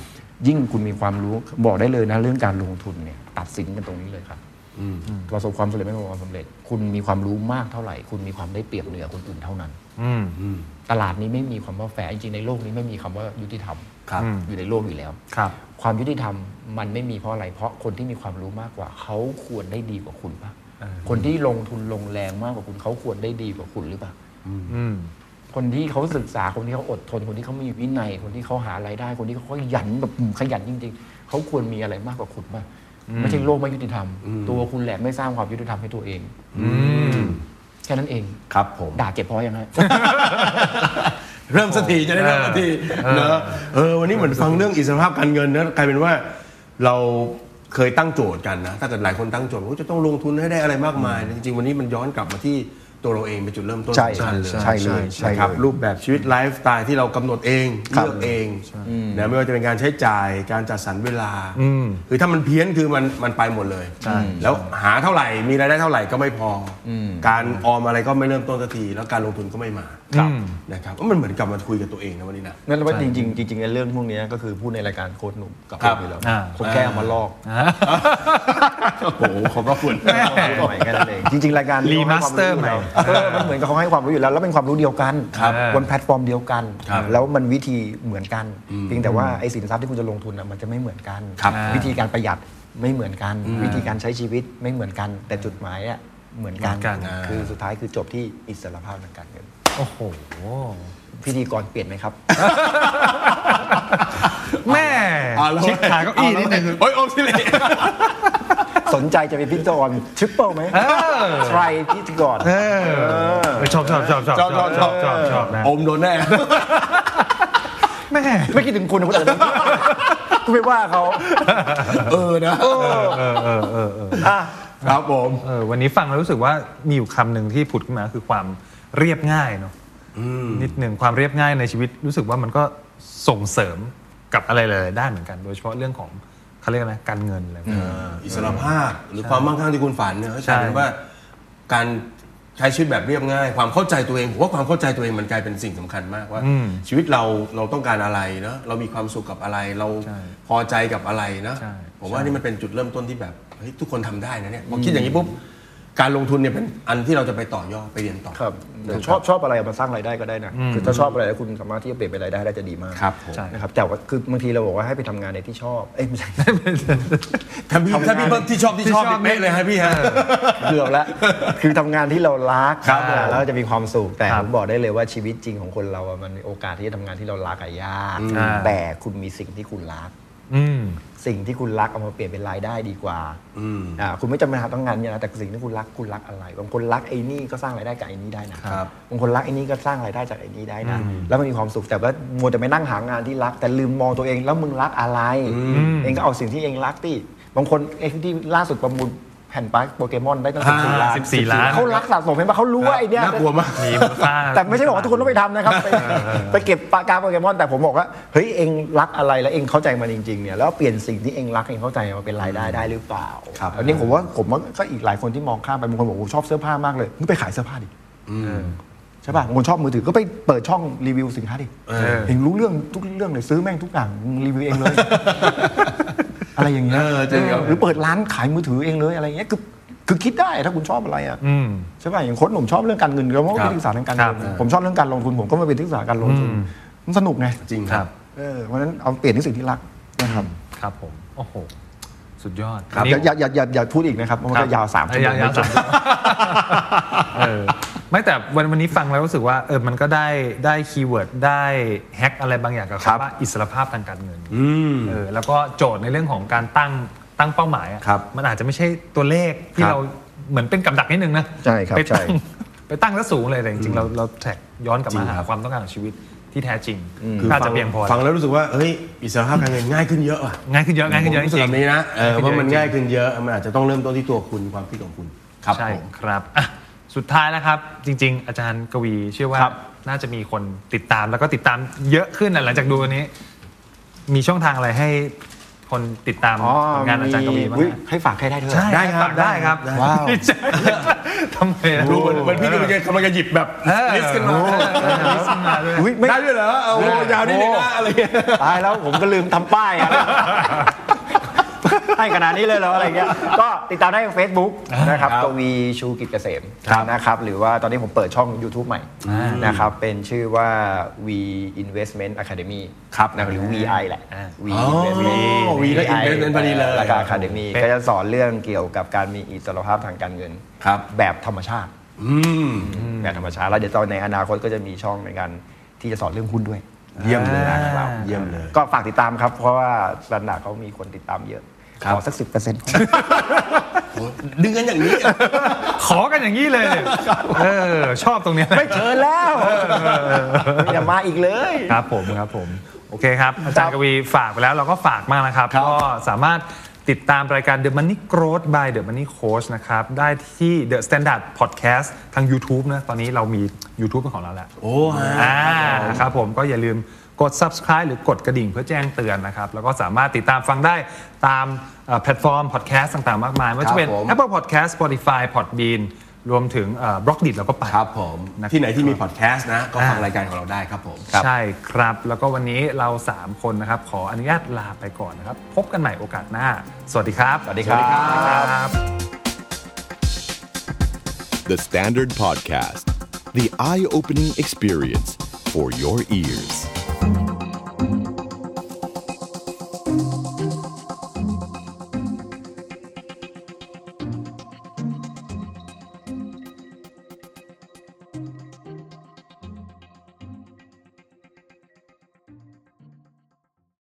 S5: ยิ่งคุณมีความรู้บอกได้เลยนะเรื่องการลงทุนเนี่ยตัดสินกันตรงนี้เลยครับ
S4: อืม
S5: ประสบความสำเร็จไม่ประสบความสำเร็จ คุณมีความรู้มากเท่าไหร่ คุณมีความได้เปรียบเหนือคนอื่นเท่านั้น
S6: อืม
S4: อืม
S5: ตลาดนี้ไม่มีคำว่าแฟร์จริงๆในโลกนี้ไม่มีคำว่ายุติธรรม
S4: ครับ
S5: อยู่ในโลกอยู่แล้ว
S6: ครับ
S5: ความยุติธรรมมันไม่มีเพราะอะไร เพราะคนที่มีความรู้มากกว่า เขาควรได้ดีกว่าคุณปะคนที่ลงทุนลงแรงมากกว่าคุณเขาควรได้ดีกว่าคุณหรือเปล่า
S6: อืม
S5: คนที่เขาศึกษาคนที่เขาอดทน คนที่เขามีวินัย คนที่เขาหารายได้ คนที่เขาขยันแบบขยันจริง ๆ เขาควรมีอะไรมากกว่าคุณบ้างไม่ใช่โลกไม่ยุติธรรม ตัวคุณแหละไม่สร้างความยุติธรรมให้ตัวเองแค่นั้นเอง
S4: ครับผม
S5: ด่าเจ็บพอยังฮะ
S4: เริ่มสักทีจะได้เริ่มสักทีเนอะเออวันนี้เหมือนฟังเรื่องอิสรภาพการเงินนะกลายเป็นว่าเราเคยตั้งโจทย์กันนะ ถ้าเกิดหลายคนตั้งโจทย์ว่าจะต้องลงทุนให้ได้อะไรมากมายนะจริงๆ วันนี้มันย้อนกลับมาที่ตัวเราเองเป็นจุดเริ่มต้น
S5: ใช่
S4: ของมันเลย
S5: ใช่เลยใช่เลย
S4: นะครับรูปแบบชีวิตไลฟ์สไตล์ที่เรากำหนดเอง
S5: ครับ
S4: เลือกเองนะไม่ว่าจะเป็นการใช้จ่ายการจัดสรรเวลาคือถ้ามันเพี้ยนคือมันมันไปหมดเลยแล้วหาเท่าไหร่มีรายได้เท่าไหร่ก็ไม่พออ
S5: ม
S4: การออมอะไรก็ไม่เริ่มต้นสักทีแล้วการลงทุนก็ไม่มา นะครับมันเหมือนกลับมาคุยกับตัวเองนะวันนี้นะ
S5: นั่นว่าจริงๆจริงๆในเรื่องพวกเนี้ยก็คือพูดในรายการโค้ดหนุ่มกับ
S4: ครับ
S5: ผมอยู่แล้ว
S6: อ่า
S5: ผมแค่เอามาลอก
S4: โอ้โหขอบพระคุณ
S5: เอาใหม่แค่นั้นเองจริงๆรายการนี้
S6: รีมาสเตอร์
S5: ขาให้ควา
S6: ใหม่
S5: รู้ยู่แล้วเออมันเหมือนกับเขาให้ความรู้อยู่แล้วแล้วเป็นความรู้เดียวกัน
S4: ครับ
S5: นแพลตฟอร์มเดียวกัน
S4: ครับ
S5: แล้วมันวิธีเหมือนกันเพียงแต่ว่าไอ้สินทรัพย์ที่คุณจะลงทุนน่ะมันจะไม่เหมือนกัน
S4: ครับ
S5: วิธีการประหยัดไม่เหมือนกัน วิธีการใช้ชีวิตไม่เหมือนกัน แต่จุดหมายอะเหมือนกัน
S6: เหมือนกัน
S5: คือสุดท้ายคือจบที่อิสรภาพทางการเงิน
S6: โอ้โห
S5: พิธีกรเปลี่ยนไหมครับ
S6: แม่
S4: เอาแล้ว
S6: ชิดขาเก้าอี้นิดนึง
S4: โอ้ยโอมสิเลย
S5: *laughs* สนใจจะเป็นพิธีกรทริปเปิลไหมใครพิธีกร
S6: เออเออชอบชอบชอบชอบชอบชอบชอบนะ
S4: โอมโดนแน่
S6: แม่
S5: ไม่คิดถึงคุณนะคุณเอ๋นะ *laughs* คุณไม่ว่าเขา
S4: เออนะ
S6: เออเออเออเออ
S5: อ่ะ
S4: ครับผม
S6: เออวันนี้ฟังแล้วรู้สึกว่ามีอยู่คำหนึ่งที่ผุดขึ้นมาคือความเรียบง่ายเนาะนิดหนึ่งความเรียบง่ายในชีวิตรู้สึกว่ามันก็ส่งเสริมกับอะไรหลายๆด้านเหมือนกัน โดยเฉพาะเรื่องของเขาเรียกอะไรนะการเงินอะไรพวกนี้
S4: เอออิสรภาพหรือความมั่งคั่งที่คุณฝันเนี่ยเขาใช้
S6: ใช่
S4: คำว่า การใช้ชีวิตแบบเรียบง่าย ความเข้าใจตัวเองผมว่าความเข้าใจตัวเองมันกลายเป็นสิ่งสำคัญมากว่า ชีวิตเราเราต้องการอะไรเนาะเรามีความสุขกับอะไร เราพอใจกับอะไรนะ
S6: ใช่
S4: ผมว่านี่มันเป็นจุดเริ่มต้นที่แบบเฮ้ยทุกคนทำได้นะเนี่ยพอคิดอย่างนี้ปุ๊บ การลงทุนเนี่ยเป็นอันที่เราจะไปต่อยอดไปเรียนต่อ
S5: ครับชอบชอบอะไรเอามาสร้างรายได้ก็ได้นะคือถ้าชอบอะไรแล้วคุณสามารถที่จะเปลี่ยนเป็นรายได้ได้จะดีมาก
S4: ครับผม
S5: นะครับแต่ว่าคือบางทีเราบอกว่าให้ไปทำงานในที่ชอบเอ้ยไม่ใช่
S4: ถ้าพี่
S5: ทำงาน
S4: ถ้าพี่เบิ้ลที่ชอบที่ชอบ
S7: ที่ชอบ
S4: นี่เป๊ะเลยฮะพี่ฮะ
S5: เกือบแล้วคือทำงานที่เรารัก
S4: ครับ
S5: อ่าแล้วจะมีความสุขแต่
S3: ครั
S5: ผ
S3: บ
S5: มบอกได้เลยว่าชีวิตจริงของคนเราอะมันมีโอกาสที่จะทำงานที่เรารักอะยาก
S3: อ่า
S5: แต่คุณมีสิ่งที่คุณรัก
S3: อืม
S5: สิ่งที่คุณรักเอามาเปลี่ยนเป็นรายได้ดีกว่า
S4: อืม
S5: อ่า คุณไม่จำเป็นต้องงานเนี่ยนะแต่สิ่งที่คุณรักคุณรักอะไร บางคนรักไอ้นี่ก็สร้างรายได้จากไอ้นี่ได้นะครับ บางคนรักไอ้นี่ก็สร้างรายได้จากไอ้นี่ได้นะ แล้วมันมีความสุขแต่ว่ามัวแต่ไปนั่งหางานที่รัก แต่ลืมมองตัวเองแล้วมึงรักอะไร เองก็เอาสิ่งที่เองรักที่บางคนไอ้ที่ล่าสุดประมูลแผ่นปาร์คโปเกมอนได้ตั้งสิบสี่ล้าน
S3: สิบสี่ล้าน
S5: เขารักสะสมเห็นปะเขารู้ว่าไอ้เนี่ย
S4: น่ากลัวมาก
S3: มีมูลค่า
S5: แต่ไม่ใช่บอกว่าทุกคนต้องไปทำนะครับ ไปไปเก็บปากกาโปเกมอนแต่ผมบอกว่าเฮ้ยเองรักอะไรแล้วเองเข้าใจมันจริงๆเนี่ยแล้วเปลี่ยนสิ่งที่เองรักเองเข้าใจมาเป็นรายได้ได้หรือเปล่า
S4: ครับ
S5: อันนี้ผมว่าผมว่าก็อีกหลายคนที่มองข้ามไปบางคนบอกโอ้ชอบเสื้อผ้ามากเลยงั้นไปขายเสื้อผ้าดิใช่ป่ะบางคนชอบมือถือก็ไปเปิดช่องรีวิวสินค้าดิ
S3: อ
S5: เองรู้เรื่องทุกเรื่องเลยซื้อแม่งทุกอย่างมึงรีวิวเอง
S4: *laughs*
S5: เลย อะไรอย่างเงี้ย
S4: เออจริงครับ
S5: หรือเปิดร้านขายมือถือเองเลยอะไรอย่างเงี้ยคือคือคิดได้ถ้าคุณชอบอะไรอ่ะ
S3: อืม
S5: ใช่ป่ะอย่างโค้ชหนุ่มชอบเรื่องการเงินก็เพราะว่า
S4: ครับ
S5: เป็นที่ปรึกษาทางการ
S3: ครั
S5: เงิ
S3: บ
S5: นผมชอบเรื่องการลงทุนผมก็มาเป็นที่ปรึกษาการลงทุนมันสนุกไง
S4: จริงครับ
S5: เออเพราะฉะนั้นเอาเปลี่ยนที่สิ่งที่รักนะครับ
S3: ครับผม โอ้โห สุดยอด
S5: อย่าอย่าอย่าอย่าอย่าพูดอีกนะครับเพราะมัน
S3: ครับ
S5: ก็ยาวสามชั่วโมง
S3: ยาว
S5: ไม่จ
S3: สาม
S5: บ
S3: ชั่วโมงเออไม่แต่วันวันนี้ฟังแล้วรู้สึกว่าเออมันก็ได้ได้คีย์เวิร์ดได้แฮกอะไรบางอย่างกับ
S4: ครับ
S3: คำว่าอิสรภาพทางการเงิน
S4: อืม
S3: เออแล้วก็โจทย์ในเรื่องของการตั้งตั้งเป้าหมายอะ
S4: ครับ
S3: มันอาจจะไม่ใช่ตัวเลขที่
S4: ครับ
S3: เราเหมือนเป็นกับดักนิดนึงนะ
S5: ใช่ครับ
S3: ไปตั้
S5: ใช่
S3: งไปตั้งแล้วสูงเลยแต่จริงๆเราเราแท็กย้อนกลับ
S4: จริ
S3: มาง หา
S4: ครับ
S3: ความต้องการของชีวิตที่แท้จริง
S4: คือ
S3: น่า
S4: ฟั
S3: จะ
S4: ง
S3: เพียงพอ
S4: ฟังแล้วรู้สึกว่าเฮ้ยอิสรภาพการเงินง่ายขึ้นเยอะว่ะ
S3: ง่ายขึ้นเยอะง่ายขึ้นเยอะ
S4: ผม
S3: จ
S4: รู้สึก
S3: ริง
S4: แบบ
S3: ๆ
S4: นี้นะเออ
S3: ขึ้
S4: ว่ามัน
S3: เยอะจริงๆ
S4: ง่ายขึ้นเยอะมันอาจจะต้องเริ่มต้นที่ตัวคุณความคิดของคุณครับ
S3: ใช่
S4: ผม
S3: ครับอ่ะสุดท้ายแล้วครับ จริง ๆ อาจารย์กวีเชื่อว่า
S4: ครับ
S3: น่าจะมีคนติดตามแล้วก็ติดตามเยอะขึ้นน่ะหลังจากดูอันนี้ มีช่องทางอะไรให้คนติดตาม
S5: อ๋อ
S3: ผลงานอาจารย์กวีบ้าง
S5: อุ๊ย
S3: ฮะ
S5: ให้ฝากใครได้เถอะ
S3: ใช่
S4: ได้ครับ
S3: ฝากได้ครับ
S4: ได้
S5: ว้าว
S3: ดีใจทำไมอะ
S4: ดูเหมือนเหมือนพี่ดูเหมือนกำลังจะหยิบแบบ
S3: เออ
S4: ลิสต์ขึ้นมา
S3: เออเออลิสต์ขึ้นมาด้วย
S5: อุ๊ยไม่
S4: ได้ด้วยเหรอเอายาวนิดนึงนะอะไรเงี้ย
S5: ตายแล้วผมก็ลืมทำป้ายอะ *laughs* ให้ขนาดนี้เลยเหรออะไรเงี้ยก็ติดตามได้ทาง Facebook นะครับ
S4: ครับ
S5: กวีชูกิจเกษม
S4: ครับ
S5: นะครับหรือว่าตอนนี้ผมเปิดช่อง YouTube ใหม่นะครับเป็นชื่อว่า V Investment Academy
S4: ครับ
S5: นะหรือ VI แหละ
S3: อ่า
S5: V
S4: อ๋อ V และ Investment พอดีเลย
S5: แล้วก็ Academy ก็จะสอนเรื่องเกี่ยวกับการมีอิสรภาพทางการเงิน
S4: ครับ
S5: แบบธรรมชาติ
S4: อืม
S5: แบบธรรมชาติแล้วเดี๋ยวตอนในอนาคตก็จะมีช่องในการที่จะสอนเรื่องหุ้นด้วย
S4: เยี่ยมเลยนะ
S3: อ่า
S4: ครับ เยี่ยมเลย
S5: ก็ฝากติดตามครับ เพราะว่ารันดาเขามีคนติดตามเยอะ
S4: ครับ
S5: ขอสักสิบเปอร์เซ็นต์
S4: ดึงกันอย่างนี้
S3: ขอกันอย่างนี้เลยเนี่ยเออชอบตรงเนี้ยนะ
S5: ไม่เชิญแล้วอย่ามาอีกเลย
S3: ครับผมครับผมโอเคครับ อาจารย์กวีฝากไปแล้วเราก็ฝากมากนะครับ
S4: ครับ
S3: ก็สามารถติดตามรายการ The Money Growth by The Money Coach นะครับ ได้ที่ The Standard Podcast ทาง YouTube นะตอนนี้เรามี YouTube เป็นของเราแล้ว
S4: โอ้ฮะ
S3: อ่าครับผมก็อย่าลืมกด subscribe หรือกดกระดิ่งเพื่อแจ้งเตือนนะครับ แล้วก็สามารถติดตามฟังได้ตามเอ่อแพลตฟอร์ม podcast ต่างๆ มากมายไม่ว่าจะเป็น
S4: ครับผม
S3: Apple Podcast Spotify Podbean รวมถึงบล็อกดิเราก็ไป
S4: ครับผม
S3: นะครับ
S4: ที่ไหนที่มีพอดแคสต์นะ ก็ฟังรายการของเราได้ครับผม
S3: ใช่ครับ แล้วก็วันนี้เรา 3 คนนะครับ ขออนุญาตลาไปก่อนนะครับ พบกันใหม่โอกาสหน้า สวัสดีครับ
S5: สวัสดีครับ
S3: ครับ
S1: The Standard Podcast, the eye opening experience for your ears.